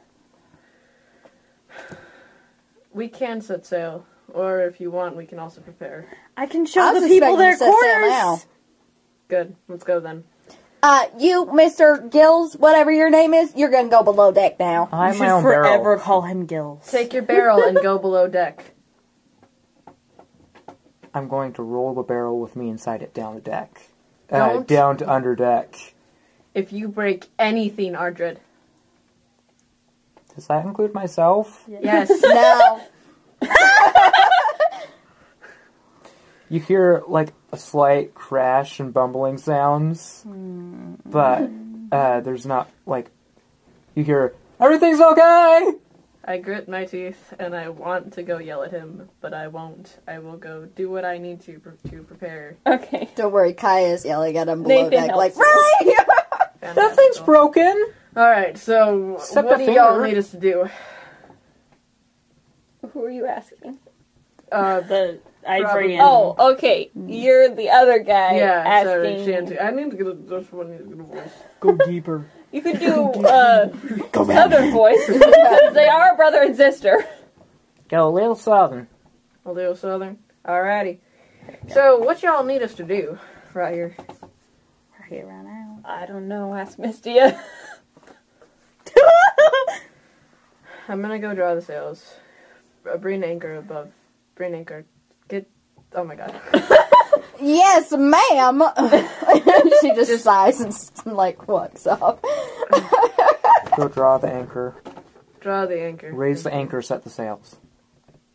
[SPEAKER 5] We can set sail, or if you want, we can also prepare.
[SPEAKER 4] I can
[SPEAKER 8] I
[SPEAKER 4] show
[SPEAKER 8] was
[SPEAKER 4] the people
[SPEAKER 8] expecting
[SPEAKER 4] their
[SPEAKER 8] you said Sam now.
[SPEAKER 4] quarters.
[SPEAKER 5] Good, let's go then.
[SPEAKER 8] Uh, you, Mr. Gills, whatever your name is, you're gonna go below deck now.
[SPEAKER 3] I
[SPEAKER 4] You
[SPEAKER 3] have my
[SPEAKER 4] should
[SPEAKER 3] own
[SPEAKER 4] forever
[SPEAKER 3] barrel.
[SPEAKER 4] call him Gills.
[SPEAKER 5] Take your barrel and go below deck.
[SPEAKER 3] I'm going to roll the barrel with me and inside it down the deck. Uh,
[SPEAKER 5] Don't.
[SPEAKER 3] down to under deck.
[SPEAKER 5] If you break anything, Ardred.
[SPEAKER 3] Does that include myself?
[SPEAKER 5] Yes.
[SPEAKER 8] No.
[SPEAKER 3] You hear like a slight crash and bumbling sounds, but uh, there's not like you hear everything's okay.
[SPEAKER 5] I grit my teeth and I want to go yell at him, but I won't. I will go do what I need to pre- to prepare.
[SPEAKER 2] Okay.
[SPEAKER 8] Don't worry, Kaya is yelling at him below
[SPEAKER 2] Nathan
[SPEAKER 8] deck, like,
[SPEAKER 2] helps.
[SPEAKER 8] Ray!
[SPEAKER 3] That thing's
[SPEAKER 5] Fantastical.
[SPEAKER 3] broken.
[SPEAKER 5] All right, so
[SPEAKER 3] Step
[SPEAKER 5] what
[SPEAKER 3] a
[SPEAKER 5] do y'all
[SPEAKER 3] finger.
[SPEAKER 5] need us to do?
[SPEAKER 2] Who are you asking?
[SPEAKER 5] Uh,
[SPEAKER 4] the
[SPEAKER 5] Probably-
[SPEAKER 4] Ivorian.
[SPEAKER 2] Oh, okay. You're the other guy
[SPEAKER 5] yeah,
[SPEAKER 2] asking.
[SPEAKER 5] sorry, Shanty. I need to get a this one. Needs to get a voice.
[SPEAKER 3] Go deeper.
[SPEAKER 2] You could do uh, southern voice because they are brother and sister.
[SPEAKER 3] Go a little southern.
[SPEAKER 5] I'll do a southern. Alrighty. So what y'all need us to do right here?
[SPEAKER 4] We're here right now.
[SPEAKER 2] I don't know. Ask Mistia.
[SPEAKER 5] I'm gonna go draw the sails. Uh, Bring anchor above. Bring anchor. Get. Oh my god.
[SPEAKER 8] Yes, ma'am! she just, sighs and, s- like, walks up.
[SPEAKER 3] Go draw the anchor.
[SPEAKER 5] draw the anchor.
[SPEAKER 3] Raise the anchor. Set the sails.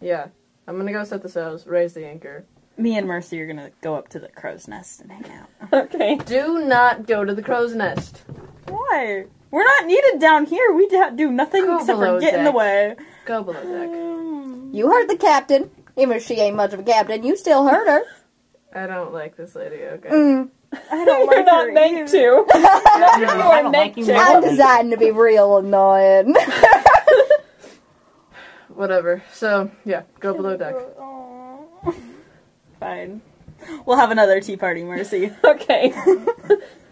[SPEAKER 5] Yeah. I'm gonna go set the sails. Raise the anchor.
[SPEAKER 4] Me and Mercy are gonna go up to the crow's nest and hang out.
[SPEAKER 2] okay.
[SPEAKER 5] Do not go to the crow's nest.
[SPEAKER 4] Why? We're not needed down here. We do- do nothing
[SPEAKER 5] Go
[SPEAKER 4] except
[SPEAKER 5] below
[SPEAKER 4] for get in the
[SPEAKER 5] deck.
[SPEAKER 4] way.
[SPEAKER 5] Go below deck.
[SPEAKER 8] You heard the captain. Even if she ain't much of a captain, you still heard her.
[SPEAKER 5] I don't like this lady. Okay.
[SPEAKER 8] Mm.
[SPEAKER 4] I don't
[SPEAKER 2] You're
[SPEAKER 4] like
[SPEAKER 2] not
[SPEAKER 4] her
[SPEAKER 2] meant to. None of you
[SPEAKER 3] I
[SPEAKER 2] are
[SPEAKER 3] don't like
[SPEAKER 2] meant
[SPEAKER 3] you,
[SPEAKER 2] to.
[SPEAKER 3] man.
[SPEAKER 8] I'm deciding to be real annoying.
[SPEAKER 5] Whatever. So yeah, go below deck.
[SPEAKER 4] Fine. We'll have another tea party, Mercy.
[SPEAKER 2] Okay.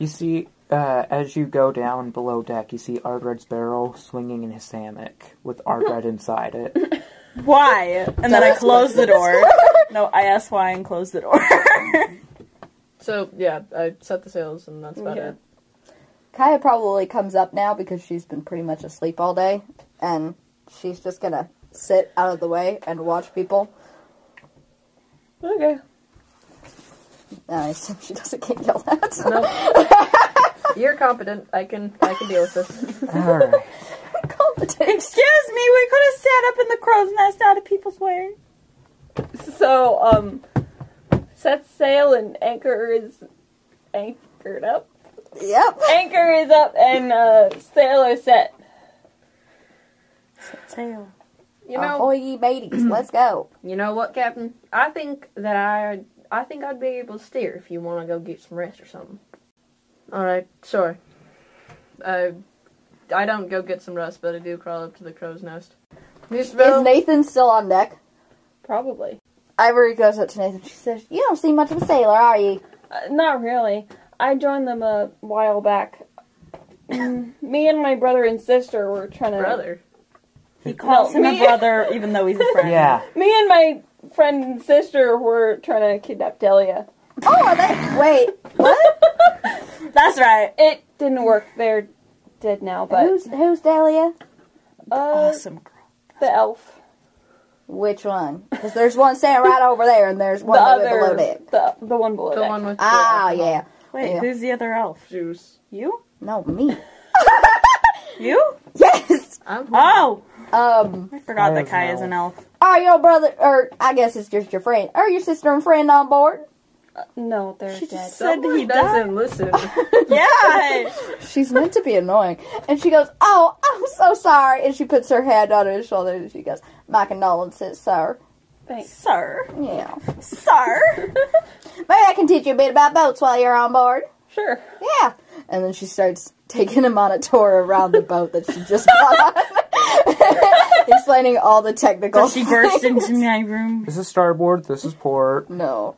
[SPEAKER 3] You see, uh, as you go down below deck, you see Ardred's barrel swinging in his hammock with Ardred inside it.
[SPEAKER 4] Why? And then I close the door. No, I asked why and close the door.
[SPEAKER 5] So yeah, I set the sails and that's about
[SPEAKER 2] Okay.
[SPEAKER 5] it.
[SPEAKER 8] Kaya probably comes up now because she's been pretty much asleep all day, and she's just gonna sit out of the way and watch people.
[SPEAKER 2] Okay.
[SPEAKER 8] And I assume she doesn't get yelled at.
[SPEAKER 5] No. You're competent. I can I can deal with this.
[SPEAKER 3] All right.
[SPEAKER 8] Competent.
[SPEAKER 4] Excuse me, we could have sat up in the crow's nest out of people's way.
[SPEAKER 2] So um, set sail and anchor is anchor. anchored up.
[SPEAKER 8] Yep.
[SPEAKER 2] Anchor is up and uh, sail are set.
[SPEAKER 4] Tail.
[SPEAKER 5] You know,
[SPEAKER 4] Oh.
[SPEAKER 8] Ahoy, mateys, let's go.
[SPEAKER 5] you know what, Captain? I think that I, I think I'd be able to steer if you want to go get some rest or something. All right, sorry. Uh, I don't go get some rest, but I do crawl up to the crow's nest. Miss Bell,
[SPEAKER 8] Is Nathan still on deck?
[SPEAKER 2] Probably.
[SPEAKER 8] Ivory goes up to Nathan. She says, "You don't seem much of a sailor, are you?"
[SPEAKER 2] Uh, not really. I joined them a while back. Mm, Me and my brother and sister were trying to.
[SPEAKER 5] brother.
[SPEAKER 4] He calls him a
[SPEAKER 2] me-
[SPEAKER 4] brother, even though he's a friend.
[SPEAKER 3] Yeah.
[SPEAKER 2] Me and my friend and sister were trying to kidnap Delia.
[SPEAKER 8] Oh, are they? Wait, what?
[SPEAKER 4] That's right.
[SPEAKER 2] It didn't work. They're dead now, but.
[SPEAKER 8] who's who's Delia?
[SPEAKER 2] Uh,
[SPEAKER 4] Awesome girl.
[SPEAKER 2] The elf.
[SPEAKER 8] Which one? Because there's one standing right over there, and there's one
[SPEAKER 2] the
[SPEAKER 8] over
[SPEAKER 2] other.
[SPEAKER 8] below deck.
[SPEAKER 2] The, the one below
[SPEAKER 5] The
[SPEAKER 2] deck.
[SPEAKER 5] one with the
[SPEAKER 8] Ah, yeah.
[SPEAKER 4] Wait,
[SPEAKER 8] Yeah.
[SPEAKER 4] who's the other elf?
[SPEAKER 5] juice.
[SPEAKER 4] You?
[SPEAKER 8] No, me.
[SPEAKER 4] You?
[SPEAKER 8] Yes.
[SPEAKER 5] I'm
[SPEAKER 4] Oh,
[SPEAKER 8] Um.
[SPEAKER 4] I forgot
[SPEAKER 3] There's
[SPEAKER 4] that Kai
[SPEAKER 3] an
[SPEAKER 4] is an elf.
[SPEAKER 8] Are your brother, or I guess it's just your friend, or your sister and friend on board?
[SPEAKER 2] No, they're dead.
[SPEAKER 4] said
[SPEAKER 5] Someone
[SPEAKER 4] he
[SPEAKER 5] doesn't listen.
[SPEAKER 4] Yeah.
[SPEAKER 8] She's meant to be annoying. And she goes, Oh, I'm so sorry. And she puts her hand on his shoulder and she goes, My condolences, sir.
[SPEAKER 2] Thanks.
[SPEAKER 4] Sir.
[SPEAKER 8] Yeah.
[SPEAKER 4] Sir.
[SPEAKER 8] Maybe I can teach you a bit about boats while you're on board.
[SPEAKER 2] Sure.
[SPEAKER 8] Yeah. And then she starts taking him on a tour around the boat that she just got on, explaining all the technical
[SPEAKER 4] So she burst
[SPEAKER 8] things.
[SPEAKER 4] into my room.
[SPEAKER 3] This is starboard. This is port.
[SPEAKER 8] No.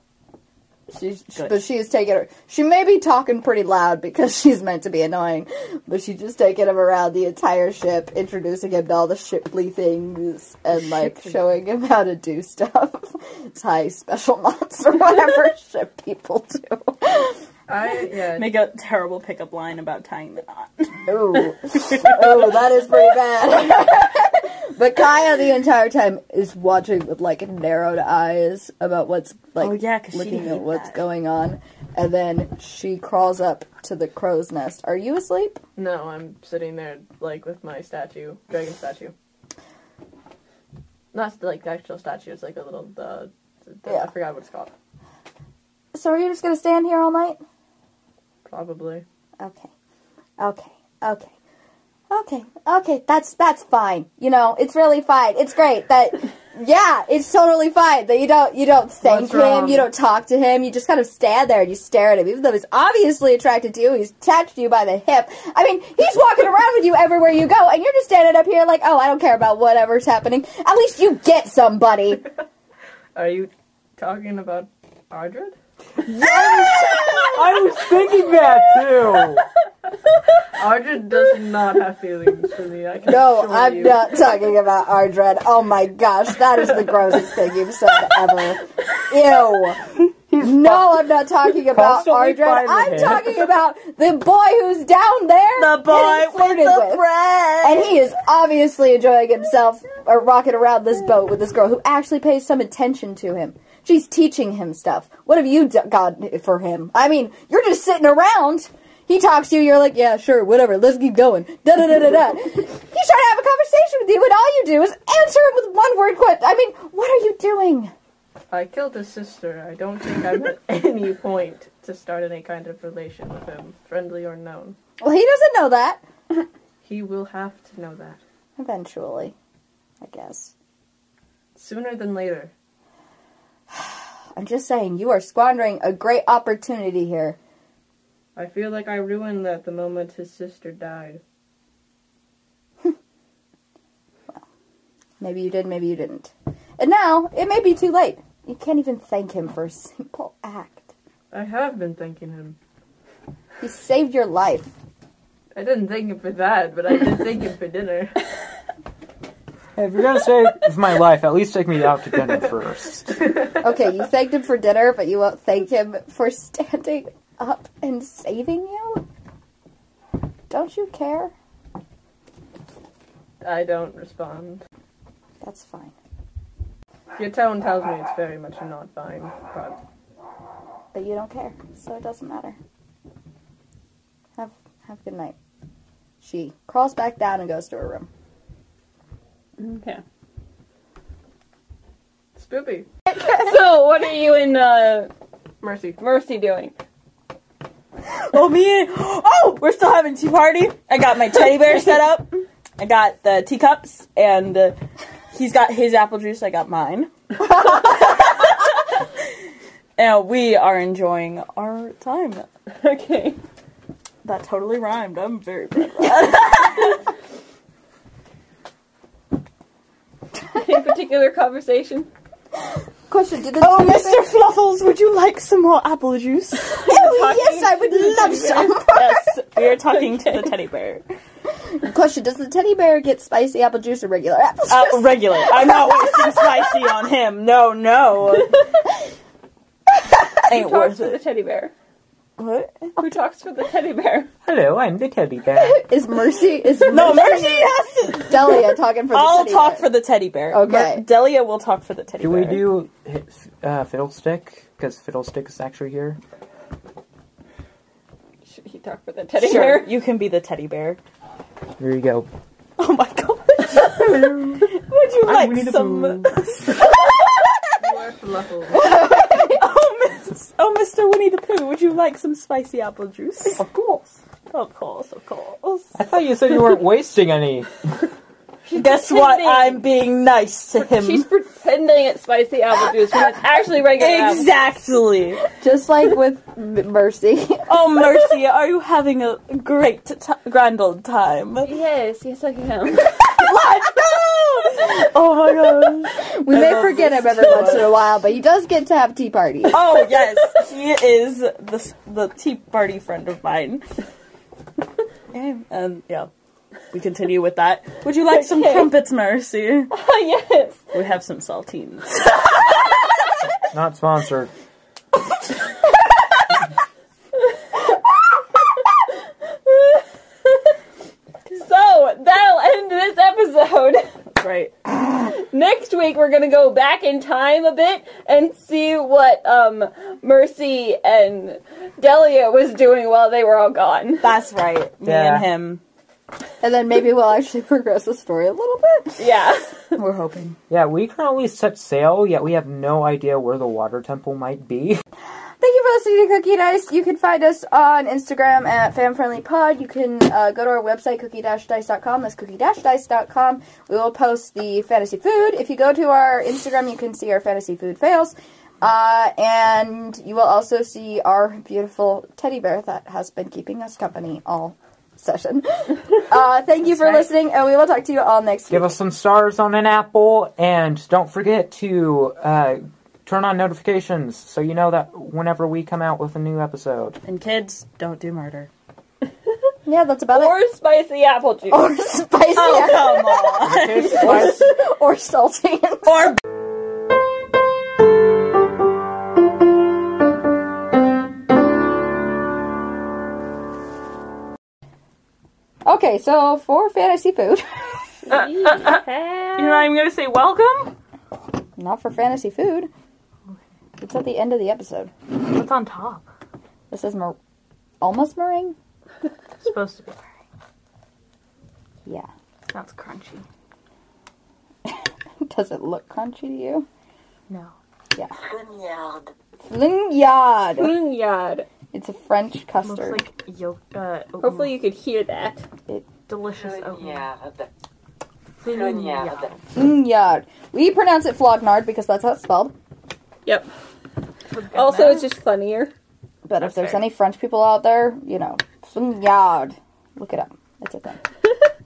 [SPEAKER 8] She's,
[SPEAKER 4] Good.
[SPEAKER 8] but she is taking her. She may be talking pretty loud because she's meant to be annoying, but she's just taking him around the entire ship, introducing him to all the shiply things, and like showing him how to do stuff. it's high special knots or whatever ship people do.
[SPEAKER 5] I yeah.
[SPEAKER 4] Make a terrible pickup line about tying the knot.
[SPEAKER 8] Ooh, ooh, Oh, that is pretty bad. but Kaya the entire time is watching with like narrowed eyes about what's like
[SPEAKER 4] Oh, yeah, 'cause she'd
[SPEAKER 8] looking
[SPEAKER 4] hate
[SPEAKER 8] at what's
[SPEAKER 4] that.
[SPEAKER 8] going on, and then she crawls up to the crow's nest. Are you asleep?
[SPEAKER 5] No, I'm sitting there like with my statue, dragon statue. Not like the actual statue. It's like a little uh, the,
[SPEAKER 8] Yeah.
[SPEAKER 5] I forgot what it's called.
[SPEAKER 8] So are you just gonna stand here all night?
[SPEAKER 5] Probably.
[SPEAKER 8] Okay, okay, okay. Okay, okay, that's that's fine. You know, it's really fine. It's great that, yeah, it's totally fine that you don't you don't thank
[SPEAKER 5] What's
[SPEAKER 8] him,
[SPEAKER 5] wrong?
[SPEAKER 8] you don't talk to him, you just kind of stand there and you stare at him, even though he's obviously attracted to you. He's attached to you by the hip. I mean, he's walking around with you everywhere you go, and you're just standing up here like, oh, I don't care about whatever's happening. At least you get somebody.
[SPEAKER 5] Are you talking about Ardred?
[SPEAKER 3] I was thinking that too.
[SPEAKER 5] Ardred does not have feelings for me. I can
[SPEAKER 8] No,
[SPEAKER 5] assure
[SPEAKER 8] I'm
[SPEAKER 5] you.
[SPEAKER 8] not talking about Ardred. Oh my gosh, that is the grossest thing you've said ever. Ew. no, I'm not talking about
[SPEAKER 3] constantly
[SPEAKER 8] Ardred.
[SPEAKER 3] fighting
[SPEAKER 8] I'm
[SPEAKER 3] him.
[SPEAKER 8] talking about the boy who's down there.
[SPEAKER 4] The boy
[SPEAKER 8] getting flirted
[SPEAKER 4] with the bread.
[SPEAKER 8] And he is obviously enjoying himself or rocking around this boat with this girl who actually pays some attention to him. She's teaching him stuff. What have you do- got for him? I mean, you're just sitting around. He talks to you, you're like, yeah, sure, whatever, let's keep going. Da da da da da. He's trying to have a conversation with you, and all you do is answer him with one word quit. I mean, what are you doing?
[SPEAKER 5] I killed his sister. I don't think I'm at any point to start any kind of relation with him, friendly or known.
[SPEAKER 8] Well, he doesn't know that.
[SPEAKER 5] He will have to know that
[SPEAKER 8] Eventually, I guess.
[SPEAKER 5] sooner than later.
[SPEAKER 8] I'm just saying, you are squandering a great opportunity here.
[SPEAKER 5] I feel like I ruined that the moment his sister died.
[SPEAKER 8] Maybe you did, maybe you didn't. And now, it may be too late. You can't even thank him for a simple act.
[SPEAKER 5] I have been thanking him.
[SPEAKER 8] He saved your life.
[SPEAKER 5] I didn't thank him for that, but I did thank him for dinner.
[SPEAKER 3] If you're gonna save my life, at least take me out to dinner first.
[SPEAKER 8] Okay, you thanked him for dinner, but you won't thank him for standing up and saving you? Don't you care?
[SPEAKER 5] I don't respond.
[SPEAKER 8] That's fine.
[SPEAKER 5] Your tone tells me it's very much not fine, but
[SPEAKER 8] But you don't care, so it doesn't matter. Have have a good night. She crawls back down and goes to her room.
[SPEAKER 4] Okay.
[SPEAKER 5] Spoopy.
[SPEAKER 2] so, what are you in uh,
[SPEAKER 5] Mercy.
[SPEAKER 2] Mercy doing?
[SPEAKER 4] oh me! Oh, we're still having tea party. I got my teddy bear set up. I got the teacups, and uh, he's got his apple juice. I got mine. and we are enjoying our time.
[SPEAKER 2] Okay.
[SPEAKER 4] That totally rhymed. I'm very proud.
[SPEAKER 2] Any particular conversation?
[SPEAKER 8] Question: Did the
[SPEAKER 4] Oh, Mr. Fluffles, would you like some more apple juice?
[SPEAKER 8] Oh, yes, I would love some.
[SPEAKER 4] yes, we are talking to the teddy bear.
[SPEAKER 8] Question: Does the teddy bear get spicy apple juice or regular apple juice?
[SPEAKER 4] Uh, regular. I'm not wasting spicy on him. No, no. Ain't
[SPEAKER 2] Talks
[SPEAKER 4] worth
[SPEAKER 2] to the
[SPEAKER 4] it.
[SPEAKER 2] teddy bear.
[SPEAKER 4] What?
[SPEAKER 2] Who talks for the teddy bear?
[SPEAKER 3] Hello, I'm the teddy bear.
[SPEAKER 8] is Mercy is
[SPEAKER 4] No,
[SPEAKER 8] Mercy
[SPEAKER 4] Mercy has to.
[SPEAKER 8] Delia talking for? The
[SPEAKER 4] I'll
[SPEAKER 8] teddy
[SPEAKER 4] talk
[SPEAKER 8] bear?
[SPEAKER 4] for the teddy bear.
[SPEAKER 8] Okay.
[SPEAKER 4] Mer- Delia will talk for the teddy
[SPEAKER 3] Do
[SPEAKER 4] bear.
[SPEAKER 3] we do uh, Fiddlestick? Because Fiddlestick is actually here.
[SPEAKER 2] Should he talk for the teddy
[SPEAKER 4] Sure,
[SPEAKER 2] bear?
[SPEAKER 4] you can be the teddy bear.
[SPEAKER 3] Here you go.
[SPEAKER 4] Oh my god. Would you
[SPEAKER 3] I'm
[SPEAKER 4] like
[SPEAKER 3] Winnie the
[SPEAKER 4] some?
[SPEAKER 3] Pooh.
[SPEAKER 4] Oh, Miss, oh, Mr. Winnie the Pooh, would you like some spicy apple juice?
[SPEAKER 3] Of course.
[SPEAKER 4] Of course, of course.
[SPEAKER 3] I thought you said you weren't wasting any.
[SPEAKER 4] Guess what? I'm being nice to him.
[SPEAKER 2] She's pretending it's spicy apple juice when it's actually regular apple juice.
[SPEAKER 4] exactly.
[SPEAKER 8] Just like with M- Mercy.
[SPEAKER 4] Oh, Mercy, are you having a great, t- grand old time? What?
[SPEAKER 7] Yes, yes, I am.
[SPEAKER 4] No! Oh my gosh.
[SPEAKER 8] We
[SPEAKER 4] I
[SPEAKER 8] may
[SPEAKER 4] love
[SPEAKER 8] forget him
[SPEAKER 4] this
[SPEAKER 8] every
[SPEAKER 4] too
[SPEAKER 8] once in a while, but he does get to have tea parties.
[SPEAKER 4] Oh, yes. He is the, s- the tea party friend of mine. And, um, yeah. We continue with that. Would you like some crumpets, Mercy?
[SPEAKER 2] yes.
[SPEAKER 4] We have some saltines.
[SPEAKER 3] Not sponsored.
[SPEAKER 2] So that'll end this episode.
[SPEAKER 4] Right.
[SPEAKER 2] Next week we're gonna go back in time a bit and see what um Mercy and Delia was doing while they were all gone.
[SPEAKER 4] That's right. Me
[SPEAKER 3] Yeah.
[SPEAKER 4] and him.
[SPEAKER 8] And then maybe we'll actually progress the story a little bit.
[SPEAKER 2] Yeah.
[SPEAKER 4] We're hoping.
[SPEAKER 3] Yeah, we currently set sail, yet we have no idea where the water temple might be.
[SPEAKER 8] Thank you for listening to Cookie Dice. You can find us on Instagram at FamFriendlyPod. You can uh, go to our website, cookie-dice.com. That's cookie-dice.com. We will post the fantasy food. If you go to our Instagram, you can see our fantasy food fails. Uh, and you will also see our beautiful teddy bear that has been keeping us company all session. Uh, thank you for listening, and we will talk to you all next
[SPEAKER 3] Give
[SPEAKER 8] week.
[SPEAKER 3] us some stars on an apple, and don't forget to uh, turn on notifications so you know that whenever we come out with a new episode.
[SPEAKER 4] And kids, don't do murder.
[SPEAKER 8] yeah, that's about
[SPEAKER 2] Or
[SPEAKER 8] it.
[SPEAKER 2] spicy apple juice.
[SPEAKER 8] Or spicy
[SPEAKER 4] come on.
[SPEAKER 8] or saltines.
[SPEAKER 4] or
[SPEAKER 8] Okay, so for fantasy food.
[SPEAKER 4] You're not even gonna say welcome?
[SPEAKER 8] Not for fantasy food. It's at the end of the episode.
[SPEAKER 4] What's on top?
[SPEAKER 8] This is mer- almost meringue.
[SPEAKER 4] It's supposed to be.
[SPEAKER 8] Yeah.
[SPEAKER 4] Sounds crunchy.
[SPEAKER 8] Does it look crunchy to you?
[SPEAKER 4] No.
[SPEAKER 8] Yeah. Flignard. It's a French custard.
[SPEAKER 4] like yolk. Uh,
[SPEAKER 2] Hopefully you could hear that.
[SPEAKER 4] delicious
[SPEAKER 8] Flignard. We pronounce it flognard because that's how it's spelled.
[SPEAKER 2] Yep. Also it's just funnier.
[SPEAKER 8] But if there's any French people out there, you know, flignard. Look it up. It's a thing.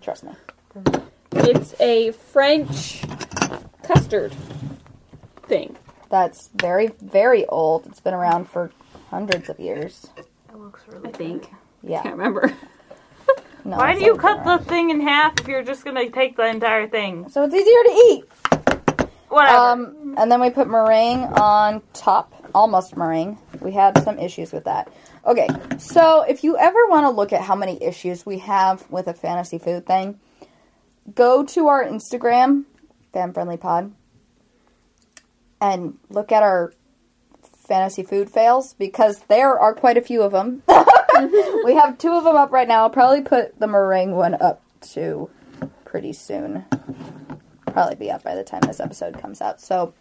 [SPEAKER 8] Trust me.
[SPEAKER 2] It's a French custard thing.
[SPEAKER 8] That's very, very old. It's been around for hundreds of years.
[SPEAKER 2] I think.
[SPEAKER 8] Yeah.
[SPEAKER 2] Can't remember.
[SPEAKER 8] No,
[SPEAKER 4] Why
[SPEAKER 8] it's
[SPEAKER 4] do you
[SPEAKER 8] not
[SPEAKER 4] cut
[SPEAKER 8] been around.
[SPEAKER 4] the thing in half if you're just gonna take the entire thing?
[SPEAKER 8] So it's easier to eat.
[SPEAKER 4] Whatever.
[SPEAKER 2] Uh,
[SPEAKER 8] Um, and then we put meringue on top, almost meringue. We had some issues with that. Okay, so if you ever want to look at how many issues we have with a fantasy food thing, go to our Instagram, Fan Friendly Pod, and look at our fantasy food fails because there are quite a few of them. we have two of them up right now. I'll probably put the meringue one up too pretty soon probably be up by the time this episode comes out. So,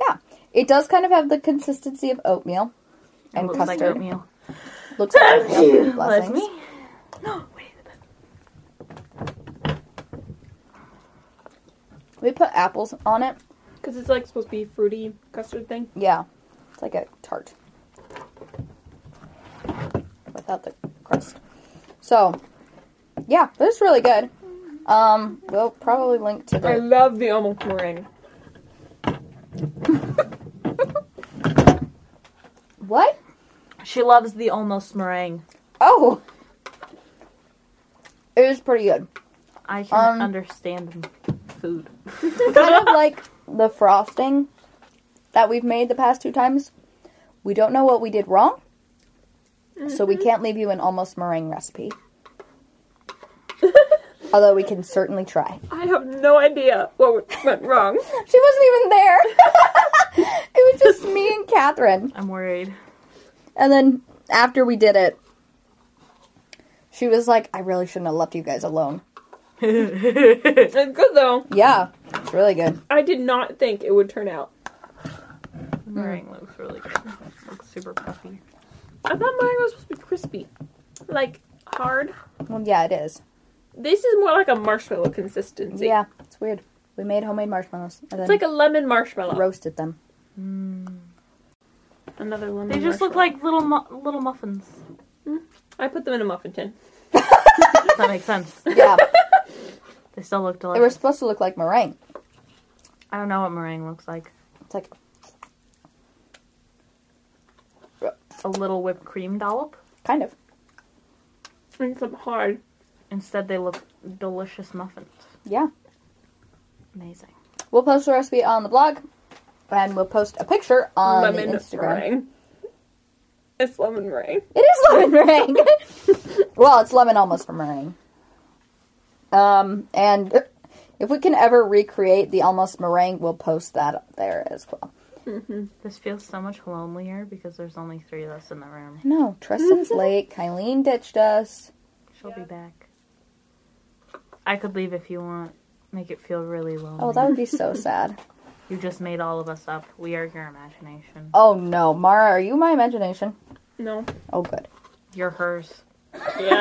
[SPEAKER 8] yeah, it does kind of have the consistency of oatmeal and custard.
[SPEAKER 4] oatmeal.
[SPEAKER 8] Looks like blessings. We put apples on it.
[SPEAKER 2] Because it's like supposed to be fruity custard thing.
[SPEAKER 8] Yeah, it's like a tart without the crust. So, yeah, this is really good. Um, we'll probably link to
[SPEAKER 2] I
[SPEAKER 8] the
[SPEAKER 2] love the almost meringue.
[SPEAKER 8] what?
[SPEAKER 4] She loves the almost meringue.
[SPEAKER 8] Oh, it was pretty good.
[SPEAKER 4] I can
[SPEAKER 8] Um,
[SPEAKER 4] understand food.
[SPEAKER 8] kind of like the frosting that we've made the past two times. We don't know what we did wrong, so we can't leave you an almost meringue recipe. Although we can certainly try.
[SPEAKER 2] I have no idea what went wrong.
[SPEAKER 8] She wasn't even there. it was just me and Catherine.
[SPEAKER 4] I'm worried.
[SPEAKER 8] And then after we did it, she was like, I really shouldn't have left you guys alone.
[SPEAKER 4] That's
[SPEAKER 2] It's good though.
[SPEAKER 8] Yeah, it's really good.
[SPEAKER 2] I did not think it would turn out.
[SPEAKER 7] Meringue looks really good. Looks super puffy.
[SPEAKER 2] I thought meringue was supposed to be crispy, like hard.
[SPEAKER 8] Well, yeah, it is.
[SPEAKER 2] This is more like a marshmallow consistency.
[SPEAKER 8] Yeah, it's weird. We made homemade marshmallows and then
[SPEAKER 2] It's like a lemon marshmallow.
[SPEAKER 8] roasted them.
[SPEAKER 4] Mm.
[SPEAKER 2] Another lemon.
[SPEAKER 4] They just look
[SPEAKER 2] marshmallow.
[SPEAKER 4] like little mu- little muffins.
[SPEAKER 2] I put them in a muffin tin.
[SPEAKER 4] that makes sense.
[SPEAKER 8] Yeah.
[SPEAKER 4] They still look
[SPEAKER 8] They
[SPEAKER 4] delicious.
[SPEAKER 8] were supposed to look like meringue.
[SPEAKER 4] I don't know what meringue looks like.
[SPEAKER 8] It's like
[SPEAKER 4] A little whipped cream dollop.
[SPEAKER 8] kind of.
[SPEAKER 2] And some hard.
[SPEAKER 4] Instead, they look delicious muffins.
[SPEAKER 8] Yeah.
[SPEAKER 4] Amazing.
[SPEAKER 8] We'll post the recipe on the blog, and we'll post a picture on
[SPEAKER 2] lemon
[SPEAKER 8] the Instagram.
[SPEAKER 2] meringue. It's lemon meringue.
[SPEAKER 8] It is lemon meringue. well, it's lemon almost from meringue. Um, and if we can ever recreate the almost meringue, we'll post that up there as well.
[SPEAKER 4] This feels so much lonelier because there's only three of us in the room.
[SPEAKER 8] No, Tristan's late. Kyleen ditched us.
[SPEAKER 4] She'll be back. I could leave if you want. Make it feel really lonely.
[SPEAKER 8] Oh, that would be so sad.
[SPEAKER 4] You just made all of us up. We are your imagination.
[SPEAKER 8] Oh no, Mara, are you my imagination?
[SPEAKER 2] No.
[SPEAKER 8] Oh, good.
[SPEAKER 4] You're hers.
[SPEAKER 5] Yeah.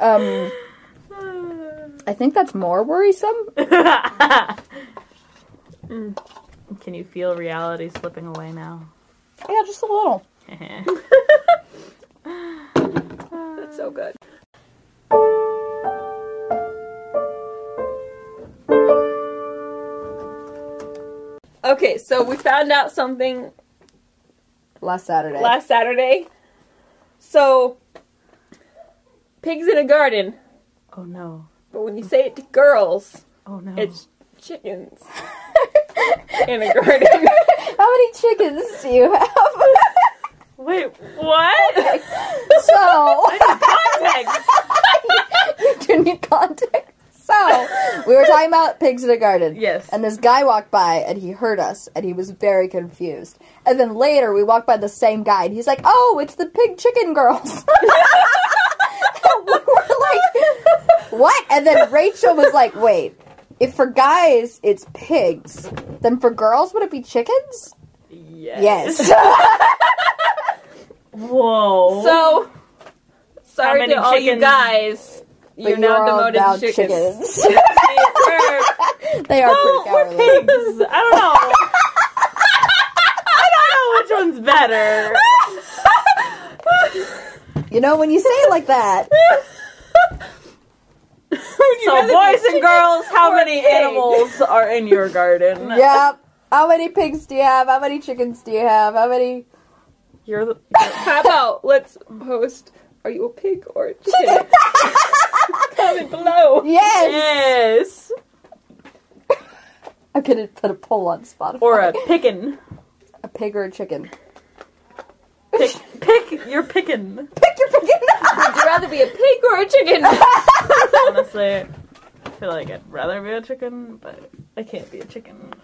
[SPEAKER 8] Um, I think that's more worrisome.
[SPEAKER 4] Can you feel reality slipping away now?
[SPEAKER 8] Yeah, just a little.
[SPEAKER 2] That's so good. Okay, so we found out something
[SPEAKER 8] Last Saturday.
[SPEAKER 2] last Saturday. So, pigs in a garden,
[SPEAKER 4] Oh no.
[SPEAKER 2] but when you say it to girls,
[SPEAKER 4] Oh no.
[SPEAKER 2] it's chickens in a garden.
[SPEAKER 8] How many chickens do you have?
[SPEAKER 4] Wait, what?
[SPEAKER 8] so
[SPEAKER 4] Context.
[SPEAKER 8] you do need context. So we were talking about pigs in a garden.
[SPEAKER 4] Yes.
[SPEAKER 8] And this guy walked by and he heard us and he was very confused. And then later we walked by the same guy and he's like, Oh, it's the pig chicken girls. And we were like, What? And then Rachel was like, Wait, if for guys it's pigs, then for girls would it be chickens? Yes.
[SPEAKER 4] Whoa.
[SPEAKER 2] so, sorry
[SPEAKER 4] many
[SPEAKER 2] to all you
[SPEAKER 4] chickens?
[SPEAKER 2] guys. You're
[SPEAKER 8] But
[SPEAKER 2] now
[SPEAKER 8] you're all
[SPEAKER 2] demoted
[SPEAKER 8] about
[SPEAKER 2] to chickens.
[SPEAKER 8] chickens. they are
[SPEAKER 4] Oh, we're
[SPEAKER 8] pretty cowardly.
[SPEAKER 4] pigs. I don't know. I don't know which one's better.
[SPEAKER 8] You know, when you say it like that,
[SPEAKER 4] So, boys and girls, how many animals are in your garden?
[SPEAKER 8] yep. How many pigs do you have? How many chickens do you have? How many?
[SPEAKER 4] You're the,
[SPEAKER 2] How about let's post? Are you a pig or a chicken? Comment below.
[SPEAKER 8] Yes!
[SPEAKER 4] yes.
[SPEAKER 8] I'm gonna put a poll on Spotify.
[SPEAKER 4] Or a pickin'.
[SPEAKER 8] A pig or a chicken.
[SPEAKER 4] Pick, pick. You're pickin'.
[SPEAKER 8] Pick your pig!
[SPEAKER 2] Would you rather be a pig or a chicken?
[SPEAKER 4] Honestly, I feel like I'd rather be a chicken, but I can't be a chicken.